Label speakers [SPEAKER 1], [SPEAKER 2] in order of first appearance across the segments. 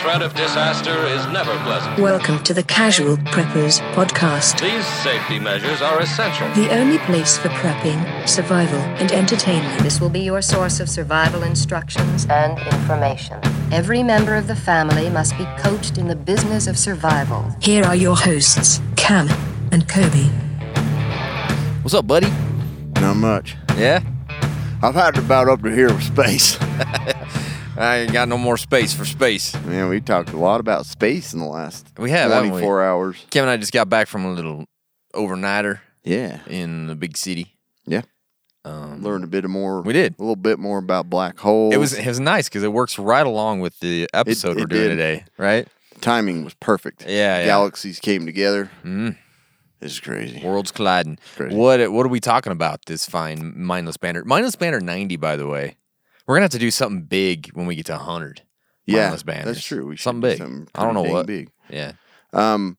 [SPEAKER 1] threat of disaster is never pleasant.
[SPEAKER 2] Welcome to the Casual Preppers Podcast,
[SPEAKER 1] These safety measures are essential.
[SPEAKER 2] the only place for prepping, survival, and entertainment.
[SPEAKER 3] This will be your source of survival instructions and information. Every member of the family must be coached in the business of survival.
[SPEAKER 2] Here are your hosts, Cam and Kobe.
[SPEAKER 4] What's up, buddy?
[SPEAKER 5] Not much.
[SPEAKER 4] Yeah?
[SPEAKER 5] I've had it about up to here with space.
[SPEAKER 4] I ain't got no more space for space.
[SPEAKER 5] Man, we talked a lot about space in the last
[SPEAKER 4] We have, haven't we?
[SPEAKER 5] 24 hours.
[SPEAKER 4] Kim and I just got back from a little overnighter
[SPEAKER 5] Yeah.
[SPEAKER 4] in the big city.
[SPEAKER 5] Yeah. Learned a bit more.
[SPEAKER 4] Um, We did.
[SPEAKER 5] A little bit more about black holes.
[SPEAKER 4] It was it was nice because it works right along with the episode
[SPEAKER 5] it
[SPEAKER 4] we're doing
[SPEAKER 5] did.
[SPEAKER 4] today, right?
[SPEAKER 5] timing was perfect.
[SPEAKER 4] Yeah, yeah.
[SPEAKER 5] Galaxies came together. Mm. This is crazy.
[SPEAKER 4] Worlds colliding.
[SPEAKER 5] Crazy.
[SPEAKER 4] What what are we talking about? This fine mindless banner, mindless banner ninety. By the way, we're gonna have to do something big when we get to hundred.
[SPEAKER 5] yeah.
[SPEAKER 4] mindless banners.
[SPEAKER 5] That's true. We should
[SPEAKER 4] something
[SPEAKER 5] do
[SPEAKER 4] big.
[SPEAKER 5] something
[SPEAKER 4] I don't know
[SPEAKER 5] pretty dang
[SPEAKER 4] what.
[SPEAKER 5] big.
[SPEAKER 4] Yeah,
[SPEAKER 5] Um,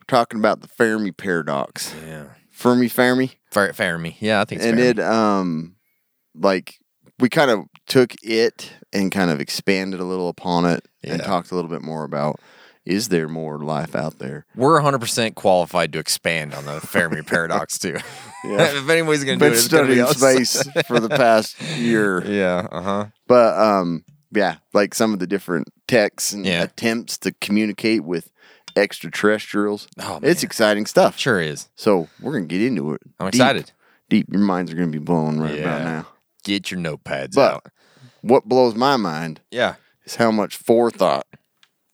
[SPEAKER 5] we're talking about the Fermi paradox.
[SPEAKER 4] yeah.
[SPEAKER 5] Fermi, Fermi.
[SPEAKER 4] Fair, fair me. Yeah, I think. It's
[SPEAKER 5] and
[SPEAKER 4] fair.
[SPEAKER 5] it um like we kind of took it and kind of expanded a little upon it and
[SPEAKER 4] Yeah.
[SPEAKER 5] talked a little bit more about is there more life out there
[SPEAKER 4] we're 100% qualified to expand on the Fermi paradox too. if anybody's going to do
[SPEAKER 5] been
[SPEAKER 4] it, it's going to be
[SPEAKER 5] studying
[SPEAKER 4] us.
[SPEAKER 5] space for the past year
[SPEAKER 4] Yeah, uh-huh.
[SPEAKER 5] but um yeah like some of the different texts and
[SPEAKER 4] Yeah.
[SPEAKER 5] attempts to communicate with extraterrestrials
[SPEAKER 4] Oh,
[SPEAKER 5] it's
[SPEAKER 4] man.
[SPEAKER 5] exciting stuff
[SPEAKER 4] Sure is.
[SPEAKER 5] so we're gonna get into it
[SPEAKER 4] I'm
[SPEAKER 5] Deep-
[SPEAKER 4] excited.
[SPEAKER 5] deep your minds are gonna be blown right about
[SPEAKER 4] Yeah.
[SPEAKER 5] now
[SPEAKER 4] Get your notepads
[SPEAKER 5] But-
[SPEAKER 4] out.
[SPEAKER 5] what blows my mind
[SPEAKER 4] Yeah.
[SPEAKER 5] is how much forethought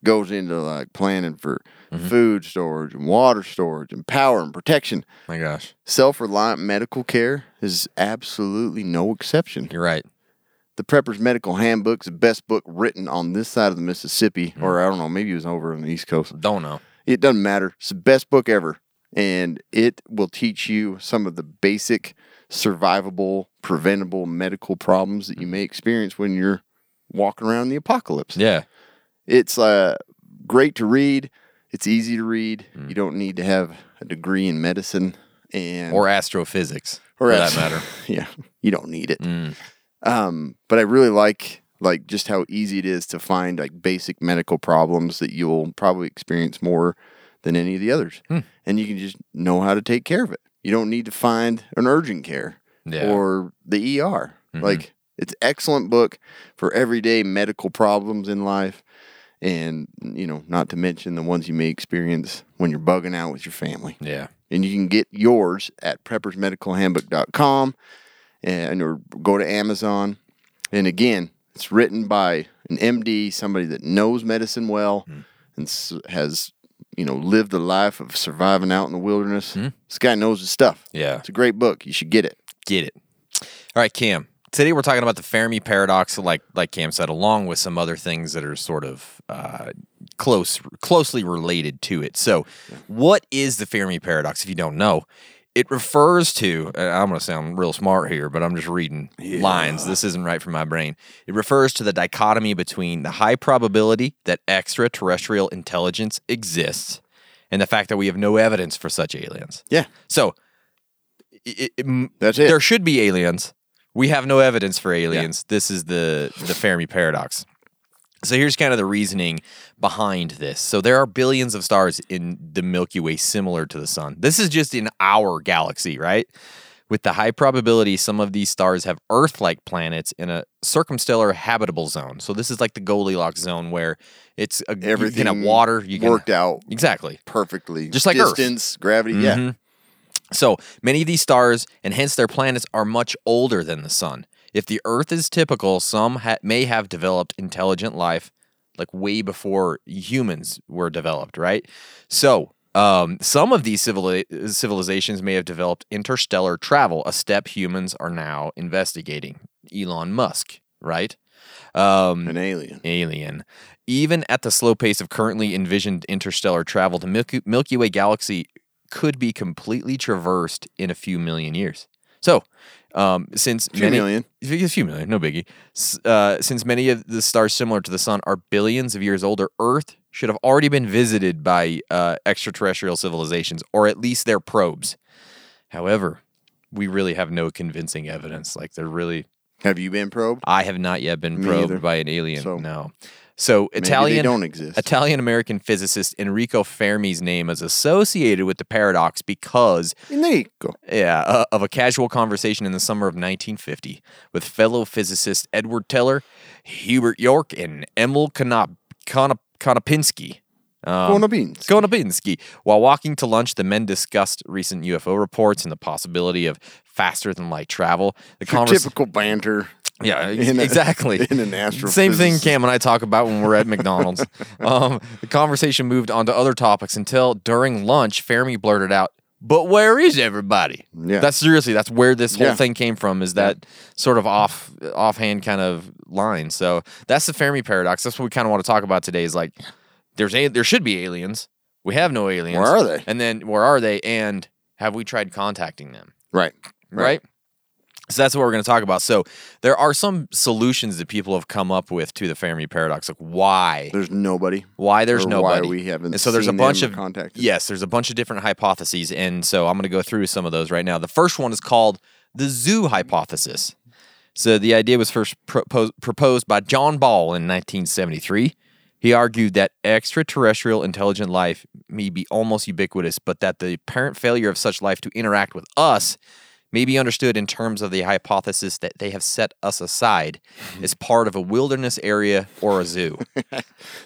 [SPEAKER 5] goes into like planning for food storage and water storage and power and protection.
[SPEAKER 4] My gosh.
[SPEAKER 5] Self reliant medical care is absolutely no exception.
[SPEAKER 4] You're right.
[SPEAKER 5] The Prepper's Medical Handbook is the best book written on this side of the Mississippi, or I don't know, maybe it was over on the East Coast.
[SPEAKER 4] Don't know.
[SPEAKER 5] It doesn't matter. It's the best book ever. And it will teach you some of the basic survivable, preventable medical problems that you may experience when you're walking around the apocalypse
[SPEAKER 4] Yeah.
[SPEAKER 5] it's uh, great to read. It's easy to read. You don't need to have a degree in medicine and
[SPEAKER 4] Or astrophysics
[SPEAKER 5] or
[SPEAKER 4] for
[SPEAKER 5] else-
[SPEAKER 4] that matter. Mm,
[SPEAKER 5] yeah, you don't need it. Um, but I really like like just how easy it is to find like basic medical problems that you'll probably experience more than any of the others, and you can just know how to take care of it. You don't need to find an urgent care
[SPEAKER 4] Yeah. Mm-hmm.
[SPEAKER 5] or the ER. Like it's excellent book for everyday medical problems in life. And you know, not to mention the ones you may experience when you're bugging out with your family
[SPEAKER 4] Yeah.
[SPEAKER 5] and you can get yours at preppersmedicalhandbook.com and or go to Amazon. And again, it's written by an MD, somebody that knows medicine well
[SPEAKER 4] Mm.
[SPEAKER 5] and s- has you know lived the life of surviving out in the wilderness. This guy knows his stuff.
[SPEAKER 4] Mm-hmm. Yeah.
[SPEAKER 5] it's a great book. You should get it.
[SPEAKER 4] Get it. All right, Cam. Today we're talking about the Fermi paradox, like like Cam said, along with some other things that are sort of uh, close closely related to it. So, what is the Fermi paradox? If you don't know, it refers to. and I'm going to sound real smart here, but I'm just reading lines. This isn't right for my brain. It refers to the dichotomy between the high probability that extraterrestrial intelligence exists and the fact that we have no evidence for such aliens.
[SPEAKER 5] Yeah,
[SPEAKER 4] So it, it- m-
[SPEAKER 5] That's it.
[SPEAKER 4] There should be aliens. We have no evidence for aliens. This is the the Fermi paradox. So here's kind of the reasoning behind this. So there are billions of stars in the Milky Way similar to the sun. This is just in our galaxy, right? With the high probability some of these stars have Earth-like planets in a circumstellar habitable zone. So this is like the Goldilocks zone where it's a,
[SPEAKER 5] everything
[SPEAKER 4] you can have water, you can
[SPEAKER 5] worked out
[SPEAKER 4] Exactly.
[SPEAKER 5] perfectly.
[SPEAKER 4] Just like Earth. Mm-hmm.
[SPEAKER 5] distance, gravity. Yeah,
[SPEAKER 4] So many of these stars, and hence their planets, are much older than the sun. If the Earth is typical, some ha- may have developed intelligent life like way before humans were developed, right? So um, some of these civili- civilizations may have developed interstellar travel, a step humans are now investigating. Elon Musk, right? Um,
[SPEAKER 5] an alien.
[SPEAKER 4] alien. Even at the slow pace of currently envisioned interstellar travel, the Milky, Milky Way galaxy could be completely traversed in a few million years. So, um, since
[SPEAKER 5] Few
[SPEAKER 4] many,
[SPEAKER 5] million.
[SPEAKER 4] a few million, no biggie. S- Uh, since many of the stars similar to the sun are billions of years older, Earth should have already been visited by uh, extraterrestrial civilizations, or at least their probes. However, we really have no convincing evidence. Like there really
[SPEAKER 5] Have you been probed?
[SPEAKER 4] I have not yet been
[SPEAKER 5] Me
[SPEAKER 4] probed
[SPEAKER 5] either.
[SPEAKER 4] by an alien.
[SPEAKER 5] So-
[SPEAKER 4] no. So
[SPEAKER 5] they
[SPEAKER 4] Italian
[SPEAKER 5] don't exist.
[SPEAKER 4] Italian American physicist Enrico Fermi's name is associated with the paradox because
[SPEAKER 5] There you go.
[SPEAKER 4] yeah, uh, of a casual conversation in the summer of 1950 with fellow physicists Edward Teller, Hubert York, and Emil Konop- Konop- Konopinski. Um,
[SPEAKER 5] Going to beans.
[SPEAKER 4] Konopinski. While walking to lunch, the men discussed recent UFO reports and the possibility of faster than light travel. The
[SPEAKER 5] Your
[SPEAKER 4] convers-
[SPEAKER 5] typical banter.
[SPEAKER 4] yeah, ex-
[SPEAKER 5] in a-
[SPEAKER 4] exactly.
[SPEAKER 5] in an
[SPEAKER 4] Same thing
[SPEAKER 5] astrophysicist.
[SPEAKER 4] Cam and I talk about when we're at McDonald's. um, the conversation moved on to other topics until during lunch, Fermi blurted out, "But where is everybody?"
[SPEAKER 5] Yeah.
[SPEAKER 4] that's seriously that's where this whole
[SPEAKER 5] Yeah.
[SPEAKER 4] thing came from. Is that sort of off offhand kind of line? So that's the Fermi paradox. That's what we kind of want to talk about today. Is like there's a, there should be aliens. We have no aliens.
[SPEAKER 5] Where are they?
[SPEAKER 4] And then where are they? And have we tried contacting them?
[SPEAKER 5] Right.
[SPEAKER 4] right? So that's what we're going to talk about. So there are some solutions that people have come up with to the Fermi paradox, like why,
[SPEAKER 5] There's nobody.
[SPEAKER 4] why there's
[SPEAKER 5] or
[SPEAKER 4] nobody.
[SPEAKER 5] Why we haven't.
[SPEAKER 4] And so there's a
[SPEAKER 5] seen
[SPEAKER 4] bunch
[SPEAKER 5] them
[SPEAKER 4] of
[SPEAKER 5] or contacted.
[SPEAKER 4] yes, there's a bunch of different hypotheses, and so I'm going to go through some of those right now. The first one is called the zoo hypothesis. So the idea was first proposed, proposed by John Ball in 1973. He argued that extraterrestrial intelligent life may be almost ubiquitous, but that the apparent failure of such life to interact with us may be understood in terms of the hypothesis that they have set us aside as part of a wilderness area or a zoo.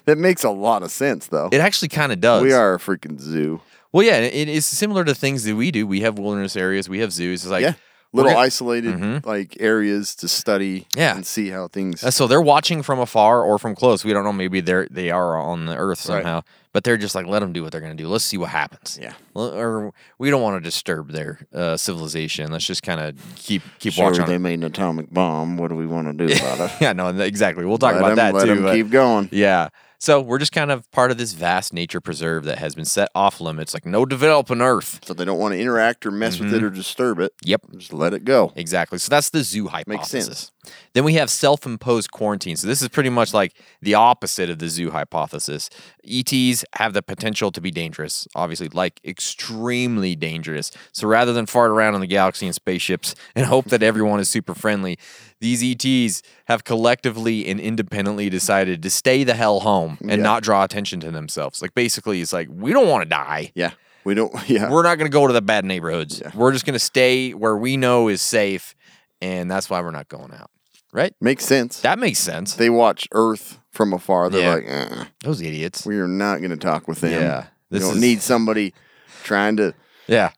[SPEAKER 5] That makes a lot of sense, though.
[SPEAKER 4] It actually kind of does.
[SPEAKER 5] we are a freaking zoo.
[SPEAKER 4] Well, yeah, it is similar to things that we do. We have wilderness areas, we have zoos. It's like,
[SPEAKER 5] yeah.
[SPEAKER 4] we're
[SPEAKER 5] Little
[SPEAKER 4] gonna- Mm-hmm.
[SPEAKER 5] isolated like areas to study.
[SPEAKER 4] Yeah.
[SPEAKER 5] And see how things.
[SPEAKER 4] Uh, so they're watching from afar or from close. We don't know. Maybe they're they are on the earth
[SPEAKER 5] Right.
[SPEAKER 4] somehow, but they're just like, let them do what they're gonna do. Let's see what happens.
[SPEAKER 5] Yeah.
[SPEAKER 4] L- or we don't want to disturb their uh, civilization. Let's just kind of keep keep
[SPEAKER 5] sure,
[SPEAKER 4] watching.
[SPEAKER 5] they
[SPEAKER 4] it.
[SPEAKER 5] made an atomic bomb. What do we want to do about it?
[SPEAKER 4] Yeah, no, exactly. We'll talk
[SPEAKER 5] Let
[SPEAKER 4] about
[SPEAKER 5] 'em-
[SPEAKER 4] that
[SPEAKER 5] let
[SPEAKER 4] too.
[SPEAKER 5] 'em
[SPEAKER 4] but-
[SPEAKER 5] keep going.
[SPEAKER 4] Yeah. So we're just kind of part of this vast nature preserve that has been set off limits. Like no developing Earth.
[SPEAKER 5] So they don't want to interact or mess
[SPEAKER 4] Mm-hmm.
[SPEAKER 5] with it or disturb it.
[SPEAKER 4] Yep.
[SPEAKER 5] Just let it go.
[SPEAKER 4] Exactly. So that's the zoo hypothesis.
[SPEAKER 5] sense.
[SPEAKER 4] Then we have self-imposed quarantine. So this is pretty much like the opposite of the zoo hypothesis. ETs have the potential to be dangerous, obviously, like extremely dangerous. So rather than fart around in the galaxy in spaceships and hope that everyone is super friendly, these ETs have collectively and independently decided to stay the hell home and
[SPEAKER 5] Yeah.
[SPEAKER 4] not draw attention to themselves. Like basically, it's like we don't want to die
[SPEAKER 5] Yeah. We don't. Yeah.
[SPEAKER 4] we're not going to go to the bad neighborhoods.
[SPEAKER 5] Yeah.
[SPEAKER 4] We're just going to stay where we know is safe, and that's why we're not going out. Right?
[SPEAKER 5] Makes sense.
[SPEAKER 4] That makes sense.
[SPEAKER 5] they watch Earth from afar. They're
[SPEAKER 4] Yeah.
[SPEAKER 5] like, eh,
[SPEAKER 4] Those idiots.
[SPEAKER 5] we are not going to talk with them.
[SPEAKER 4] Yeah,
[SPEAKER 5] We
[SPEAKER 4] this
[SPEAKER 5] don't
[SPEAKER 4] is-
[SPEAKER 5] need somebody trying to
[SPEAKER 4] Yeah,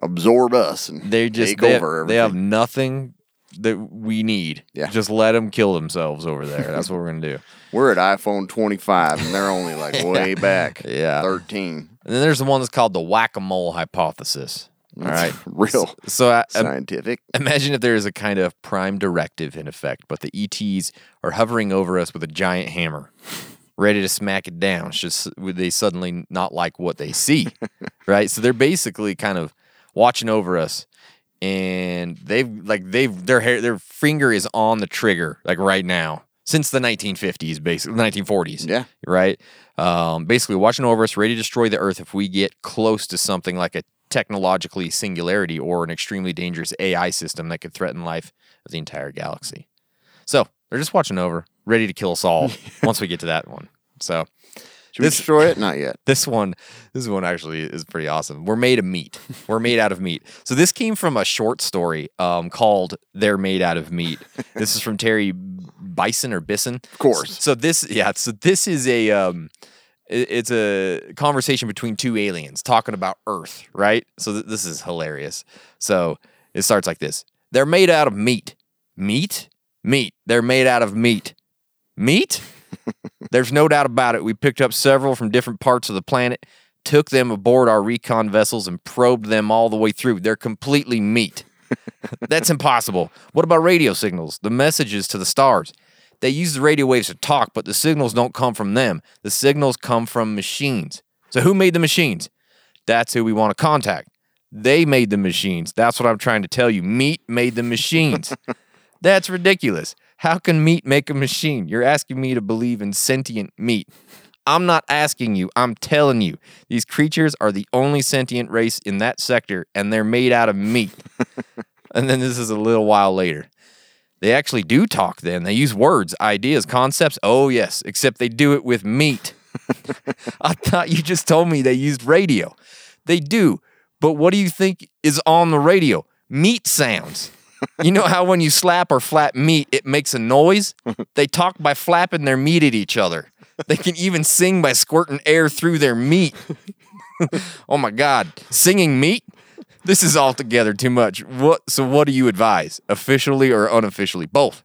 [SPEAKER 5] absorb us and
[SPEAKER 4] they just
[SPEAKER 5] take
[SPEAKER 4] they,
[SPEAKER 5] over
[SPEAKER 4] they have
[SPEAKER 5] everything.
[SPEAKER 4] nothing that we need.
[SPEAKER 5] Yeah.
[SPEAKER 4] just let them kill themselves over there. That's what we're going to do.
[SPEAKER 5] We're at iPhone 25 and they're only like way back.
[SPEAKER 4] Yeah.
[SPEAKER 5] 13.
[SPEAKER 4] And then there's the one that's called the whack-a-mole hypothesis. All right.
[SPEAKER 5] Real
[SPEAKER 4] So I, I-
[SPEAKER 5] scientific.
[SPEAKER 4] Imagine if there is a kind of prime directive in effect, but the ETs are hovering over us with a giant hammer, ready to smack it down. Should s- would they suddenly not like what they see, right? So they're basically kind of watching over us, and they've like they've their hair, their finger is on the trigger like right now since the 1950s, basically 1940s.
[SPEAKER 5] Yeah.
[SPEAKER 4] right. Um, basically watching over us, ready to destroy the Earth if we get close to something like a technologically singularity or an extremely dangerous AI system that could threaten life of the entire galaxy. So they're just watching over, ready to kill us all once we get to that one. So
[SPEAKER 5] Should we
[SPEAKER 4] this-
[SPEAKER 5] destroy it? Not yet.
[SPEAKER 4] this one, this one actually is pretty awesome. We're made of meat. We're made out of meat. So this came from a short story um, called "They're Made Out of Meat." This is from Terry Bison or Bison. Of
[SPEAKER 5] course.
[SPEAKER 4] So this, yeah. So this is a, um, i- it's a conversation between two aliens talking about Earth, right? So th- this is hilarious. So it starts like this: They're made out of meat. Meat. Meat. They're made out of meat. Meat. There's no doubt about it. We picked up several from different parts of the planet, took them aboard our recon vessels, and probed them all the way through. They're completely meat. That's impossible. What about radio signals? The messages to the stars. They use the radio waves to talk, but the signals don't come from them. The signals come from machines. So who made the machines? That's who we want to contact. They made the machines. That's what I'm trying to tell you. Meat made the machines. That's ridiculous. How can meat make a machine? You're asking me to believe in sentient meat. I'm not asking you, I'm telling you. These creatures are the only sentient race in that sector, and they're made out of meat. and then this is a little while later. They actually do talk then. They use words, ideas, concepts. Oh, yes, except they do it with meat. I thought you just told me they used radio. They do. But what do you think is on the radio? Meat sounds. You know how when you slap or flap meat, it makes a noise? They talk by flapping their meat at each other. They can even sing by squirting air through their meat. oh my God. Singing meat? This is altogether too much. What so what do you advise? Officially or unofficially? Both.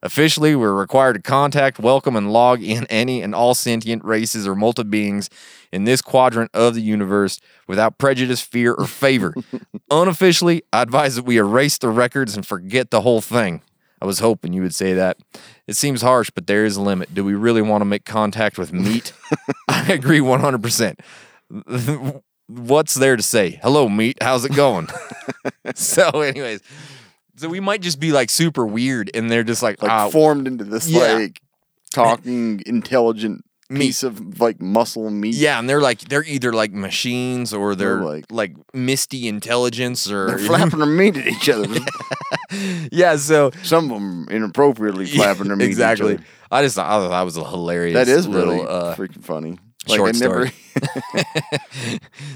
[SPEAKER 4] Officially, we're required to contact, welcome, and log in any and all sentient races or multi beings in this quadrant of the universe without prejudice, fear, or favor. Unofficially, I advise that we erase the records and forget the whole thing. I was hoping you would say that. It seems harsh, but there is a limit. Do we really want to make contact with meat? I agree 100%. What's there to say? Hello, meat. How's it going? so, anyways, so we might just be like super weird, and they're just like,
[SPEAKER 5] like
[SPEAKER 4] ah,
[SPEAKER 5] formed into this
[SPEAKER 4] yeah.
[SPEAKER 5] like talking intelligent
[SPEAKER 4] Meat.
[SPEAKER 5] piece of like muscle meat.
[SPEAKER 4] Yeah, and they're like they're either like machines or they're like,
[SPEAKER 5] like-
[SPEAKER 4] misty intelligence or
[SPEAKER 5] They're flapping their meat at each other.
[SPEAKER 4] yeah. So
[SPEAKER 5] Some of them inappropriately flapping their meat. at each
[SPEAKER 4] exactly.
[SPEAKER 5] other.
[SPEAKER 4] I just thought I thought that was a hilarious.
[SPEAKER 5] That is
[SPEAKER 4] little,
[SPEAKER 5] really
[SPEAKER 4] uh,
[SPEAKER 5] freaking funny.
[SPEAKER 4] short
[SPEAKER 5] I
[SPEAKER 4] story.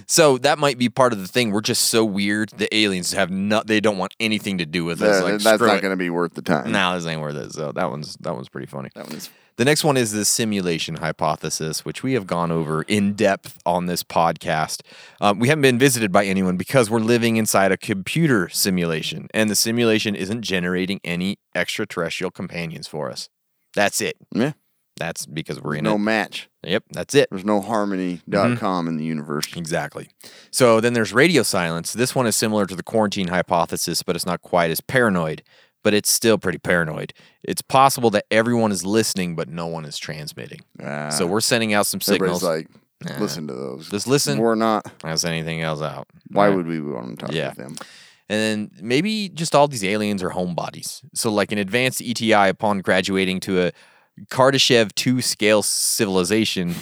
[SPEAKER 4] so that might be part of the thing. We're just so weird. The aliens have not. They don't want anything to do with us.
[SPEAKER 5] that-
[SPEAKER 4] Like,
[SPEAKER 5] that's
[SPEAKER 4] screw
[SPEAKER 5] not
[SPEAKER 4] it.
[SPEAKER 5] going to be worth the time.
[SPEAKER 4] No, this ain't worth it. So that one's that one's pretty funny.
[SPEAKER 5] That one's
[SPEAKER 4] The next one is the simulation hypothesis, which we have gone over in depth on this podcast. Um, we haven't been visited by anyone because we're living inside a computer simulation, and the simulation isn't generating any extraterrestrial companions for us. That's it.
[SPEAKER 5] yeah.
[SPEAKER 4] That's because we're in
[SPEAKER 5] No
[SPEAKER 4] it. Mm-hmm.
[SPEAKER 5] match.
[SPEAKER 4] Yep, that's it.
[SPEAKER 5] There's no harmony.com com in the universe.
[SPEAKER 4] Exactly. So then there's radio silence. This one is similar to the quarantine hypothesis, but it's not quite as paranoid, but it's still pretty paranoid. It's possible that everyone is listening, but no one is transmitting.
[SPEAKER 5] Ah.
[SPEAKER 4] so we're sending out some signals.
[SPEAKER 5] Everybody's like, listen to those.
[SPEAKER 4] Just listen.
[SPEAKER 5] We're not.
[SPEAKER 4] That's anything else out.
[SPEAKER 5] Why
[SPEAKER 4] Right.
[SPEAKER 5] would we want to talk
[SPEAKER 4] Yeah.
[SPEAKER 5] to them?
[SPEAKER 4] And then maybe just all these aliens are homebodies. So, like an advanced ETI upon graduating to a Kardashev 2 scale civilization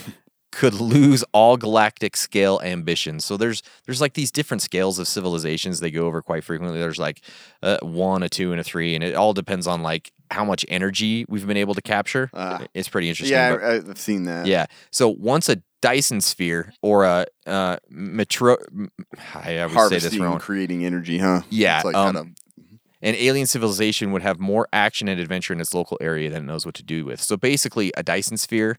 [SPEAKER 4] could lose all galactic scale ambitions. So there's there's like these different scales of civilizations they go over quite frequently. There's like a 1, a 2 and a 3 and it all depends on like how much energy we've been able to capture.
[SPEAKER 5] Ah.
[SPEAKER 4] it's pretty interesting.
[SPEAKER 5] Yeah,
[SPEAKER 4] but-
[SPEAKER 5] I, I've seen that.
[SPEAKER 4] yeah. So once a Dyson sphere or a uh, metro, m- I always say this
[SPEAKER 5] Harvesting,
[SPEAKER 4] wrong.
[SPEAKER 5] creating energy, huh?
[SPEAKER 4] Yeah,
[SPEAKER 5] It's like
[SPEAKER 4] um,
[SPEAKER 5] how to-
[SPEAKER 4] An alien civilization would have more action and adventure in its local area than it knows what to do with. So basically, a Dyson sphere.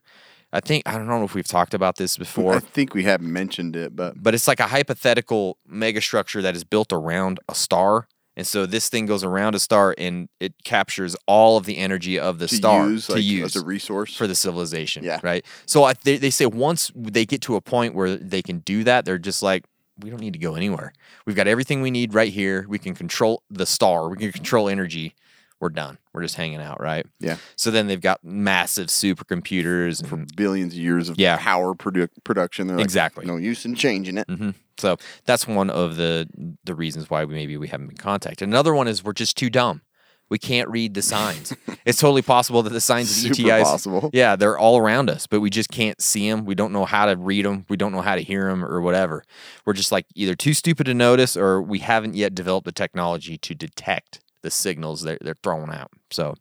[SPEAKER 4] I think I don't know if we've talked about this
[SPEAKER 5] I
[SPEAKER 4] before,
[SPEAKER 5] think we haven't mentioned it, but
[SPEAKER 4] but it's like a hypothetical megastructure that is built around a star. And so this thing goes around a star and it captures all of the energy of the
[SPEAKER 5] to
[SPEAKER 4] star
[SPEAKER 5] use,
[SPEAKER 4] to
[SPEAKER 5] like,
[SPEAKER 4] use
[SPEAKER 5] as a resource.
[SPEAKER 4] for the civilization.
[SPEAKER 5] Yeah.
[SPEAKER 4] Right. So I, they, they say once they get to a point where they can do that, they're just like, we don't need to go anywhere. We've got everything we need right here. We can control the star. We can control energy. We're done. We're just hanging out, right?
[SPEAKER 5] Yeah.
[SPEAKER 4] So then they've got massive supercomputers.
[SPEAKER 5] for
[SPEAKER 4] And,
[SPEAKER 5] billions of years of
[SPEAKER 4] Yeah.
[SPEAKER 5] power produ- production. They're like,
[SPEAKER 4] Exactly.
[SPEAKER 5] no use in changing it.
[SPEAKER 4] Mhm. So that's one of the the reasons why we maybe we haven't been contacted. Another one is we're just too dumb. We can't read the signs. it's totally possible that the signs of the
[SPEAKER 5] Super
[SPEAKER 4] ETIs,
[SPEAKER 5] possible.
[SPEAKER 4] yeah, they're all around us, but we just can't see them. We don't know how to read them. We don't know how to hear them or whatever. We're just like either too stupid to notice or we haven't yet developed the technology to detect the signals they're, they're throwing out. So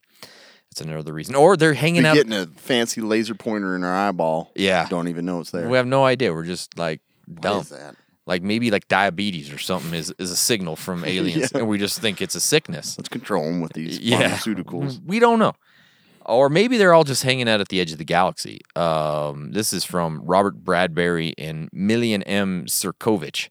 [SPEAKER 4] that's another reason. Or they're hanging
[SPEAKER 5] Be
[SPEAKER 4] out.
[SPEAKER 5] getting a fancy laser pointer in our eyeball.
[SPEAKER 4] Yeah.
[SPEAKER 5] Don't even know it's there.
[SPEAKER 4] We have no idea. We're just like dumb.
[SPEAKER 5] is that?
[SPEAKER 4] Like maybe like diabetes or something is, is a signal from aliens, and we just think it's a sickness.
[SPEAKER 5] Let's control them with these
[SPEAKER 4] Yeah.
[SPEAKER 5] pharmaceuticals.
[SPEAKER 4] We don't know. Or maybe they're all just hanging out at the edge of the galaxy. Um, this is from Robert Bradbury and Million M. Sirkovich.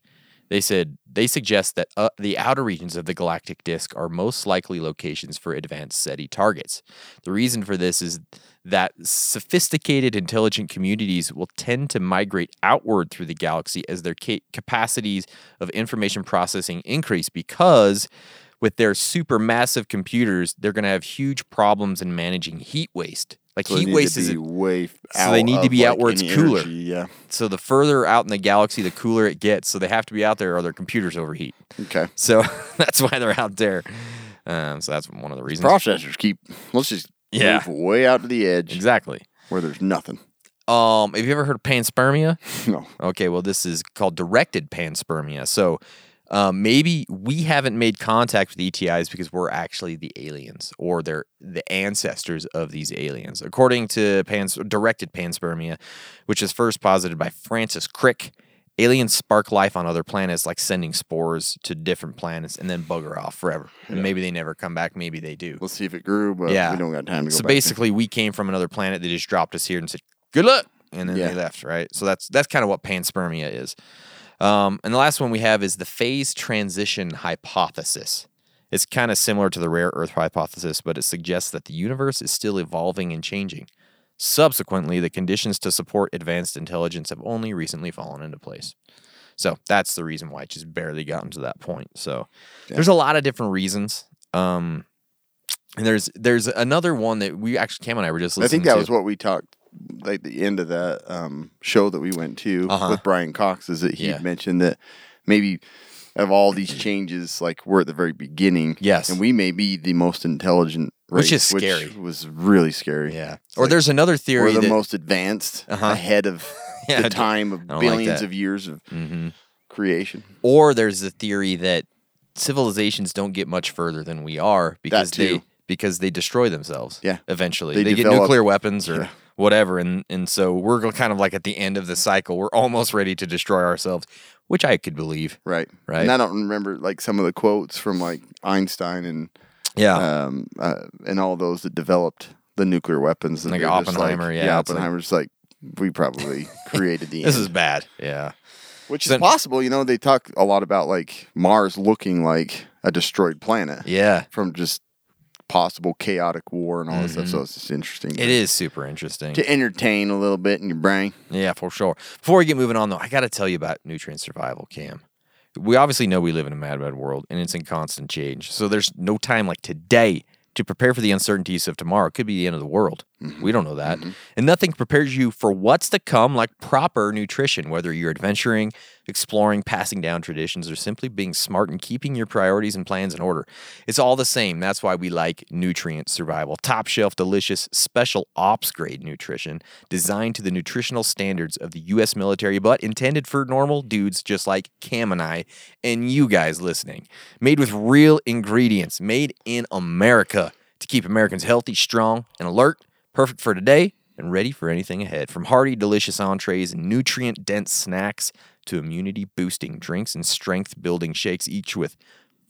[SPEAKER 4] They said they suggest that uh, the outer regions of the galactic disk are most likely locations for advanced SETI targets. The reason for this is that sophisticated, intelligent communities will tend to migrate outward through the galaxy as their ca- capacities of information processing increase because with their supermassive computers, they're going to have huge problems in managing heat waste. Like
[SPEAKER 5] So they
[SPEAKER 4] heat
[SPEAKER 5] need to
[SPEAKER 4] waste is
[SPEAKER 5] be
[SPEAKER 4] a-
[SPEAKER 5] way f-
[SPEAKER 4] so they
[SPEAKER 5] out
[SPEAKER 4] need to
[SPEAKER 5] of,
[SPEAKER 4] be
[SPEAKER 5] like,
[SPEAKER 4] out where it's
[SPEAKER 5] any
[SPEAKER 4] cooler.
[SPEAKER 5] energy, Yeah.
[SPEAKER 4] so the further out in the galaxy, the cooler it gets. So they have to be out there, or their computers overheat.
[SPEAKER 5] Okay.
[SPEAKER 4] So that's why they're out there. Um, so that's one of the reasons.
[SPEAKER 5] Processors keep. Let's just
[SPEAKER 4] Yeah.
[SPEAKER 5] move way out to the edge
[SPEAKER 4] Exactly.
[SPEAKER 5] where there's nothing.
[SPEAKER 4] Um, have you ever heard of panspermia?
[SPEAKER 5] No.
[SPEAKER 4] Okay, well, this is called directed panspermia. So, Um, maybe we haven't made contact with ETIs because we're actually the aliens or they're the ancestors of these aliens. According to pans- directed panspermia, which is first posited by Francis Crick, aliens spark life on other planets, like sending spores to different planets and then bugger off forever. And maybe they never come back. Maybe they do.
[SPEAKER 5] Let's see if it grew, but
[SPEAKER 4] Yeah.
[SPEAKER 5] we don't got time to go
[SPEAKER 4] So
[SPEAKER 5] back.
[SPEAKER 4] basically, we came from another planet. They just dropped us here and said, "Good luck," and then
[SPEAKER 5] Yeah.
[SPEAKER 4] they left. Right. So that's that's kind of what panspermia is. Um, and the last one we have is the phase transition hypothesis. It's kind of similar to the rare earth hypothesis, but it suggests that the universe is still evolving and changing. Subsequently, the conditions to support advanced intelligence have only recently fallen into place. So that's the reason why it just barely gotten to that point. So there's a lot of different reasons. Um, and there's there's another one that we actually Cam and I were just
[SPEAKER 5] I
[SPEAKER 4] listening
[SPEAKER 5] think that
[SPEAKER 4] to.
[SPEAKER 5] was what we talked like the end of that um, show that we went to
[SPEAKER 4] Uh-huh.
[SPEAKER 5] with Brian Cox is that he
[SPEAKER 4] Yeah.
[SPEAKER 5] mentioned that maybe of all these changes, like we're at the very beginning.
[SPEAKER 4] Yes.
[SPEAKER 5] And we may be the most intelligent
[SPEAKER 4] Which
[SPEAKER 5] race,
[SPEAKER 4] is scary.
[SPEAKER 5] was really scary.
[SPEAKER 4] yeah.
[SPEAKER 5] It's
[SPEAKER 4] Or
[SPEAKER 5] like,
[SPEAKER 4] there's another
[SPEAKER 5] we're
[SPEAKER 4] theory
[SPEAKER 5] the
[SPEAKER 4] that
[SPEAKER 5] most advanced
[SPEAKER 4] Uh-huh.
[SPEAKER 5] ahead of
[SPEAKER 4] Yeah, I
[SPEAKER 5] the
[SPEAKER 4] don't-
[SPEAKER 5] time of
[SPEAKER 4] I don't like
[SPEAKER 5] billions
[SPEAKER 4] that.
[SPEAKER 5] of years of
[SPEAKER 4] Mhm.
[SPEAKER 5] creation.
[SPEAKER 4] or there's the theory that civilizations don't get much further than we are because they
[SPEAKER 5] too.
[SPEAKER 4] because they destroy themselves
[SPEAKER 5] Yeah.
[SPEAKER 4] eventually they,
[SPEAKER 5] They
[SPEAKER 4] get
[SPEAKER 5] develop-
[SPEAKER 4] nuclear weapons or
[SPEAKER 5] Yeah.
[SPEAKER 4] whatever and and so we're go- kind of like at the end of the cycle we're almost ready to destroy ourselves which i could believe
[SPEAKER 5] Right.
[SPEAKER 4] Right.
[SPEAKER 5] And I don't remember like some of the quotes from like Einstein and
[SPEAKER 4] yeah
[SPEAKER 5] um, uh, and all those that developed the nuclear weapons. that
[SPEAKER 4] Like
[SPEAKER 5] they're just
[SPEAKER 4] Oppenheimer, yeah, it's like-
[SPEAKER 5] Oppenheimer's like, we probably created the
[SPEAKER 4] this
[SPEAKER 5] end.
[SPEAKER 4] is bad yeah
[SPEAKER 5] which is
[SPEAKER 4] so-
[SPEAKER 5] possible. You know, they talk a lot about like Mars looking like a destroyed planet
[SPEAKER 4] yeah
[SPEAKER 5] from just possible chaotic war and all this stuff. So it's just interesting.
[SPEAKER 4] Mm-hmm. it is super interesting
[SPEAKER 5] to entertain a little bit in your brain.
[SPEAKER 4] Yeah, for sure. Before we get moving on, though, I got to tell you about nutrient survival, Cam. We obviously know we live in a mad, mad world and it's in constant change. So there's no time like today to prepare for the uncertainties of tomorrow. It could be the end of the world. We don't know that. And nothing prepares you for what's to come like proper nutrition, whether you're adventuring, exploring, passing down traditions, or simply being smart and keeping your priorities and plans in order. It's all the same. That's why we like nutrient survival. Top shelf, delicious, special ops grade nutrition designed to the nutritional standards of the U.S. military, but intended for normal dudes just like Cam and I and you guys listening. Made with real ingredients, made in America to keep Americans healthy, strong, and alert. Perfect for today and ready for anything ahead. From hearty, delicious entrees and nutrient dense snacks to immunity boosting drinks and strength building shakes, each with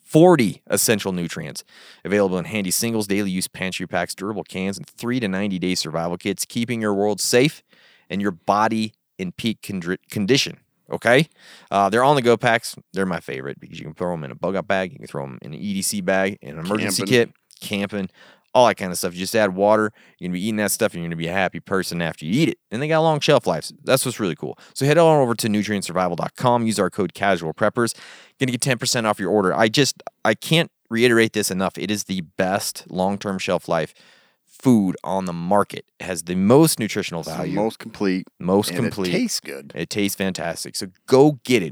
[SPEAKER 4] 40 essential nutrients. Available in handy singles, daily use pantry packs, durable cans, and three to 90 day survival kits, keeping your world safe and your body in peak condri- condition. Okay? Uh, they're on the go packs. They're my favorite because you can throw them in a bug out bag, you can throw them in an EDC bag, in an emergency
[SPEAKER 5] Camping.
[SPEAKER 4] kit, camping, all that kind of stuff. You just add water, you're going to be eating that stuff, and you're going to be a happy person after you eat it. And they got long shelf lives. That's what's really cool. So head on over to nutrientsurvival.com, use our code casual preppers, going to get 10% off your order. I just, I can't reiterate this enough. It is the best long term shelf life food on the market. It has the most nutritional
[SPEAKER 5] It's the
[SPEAKER 4] value, most,
[SPEAKER 5] most complete. and it
[SPEAKER 4] complete.
[SPEAKER 5] tastes good.
[SPEAKER 4] It tastes fantastic. So go get it.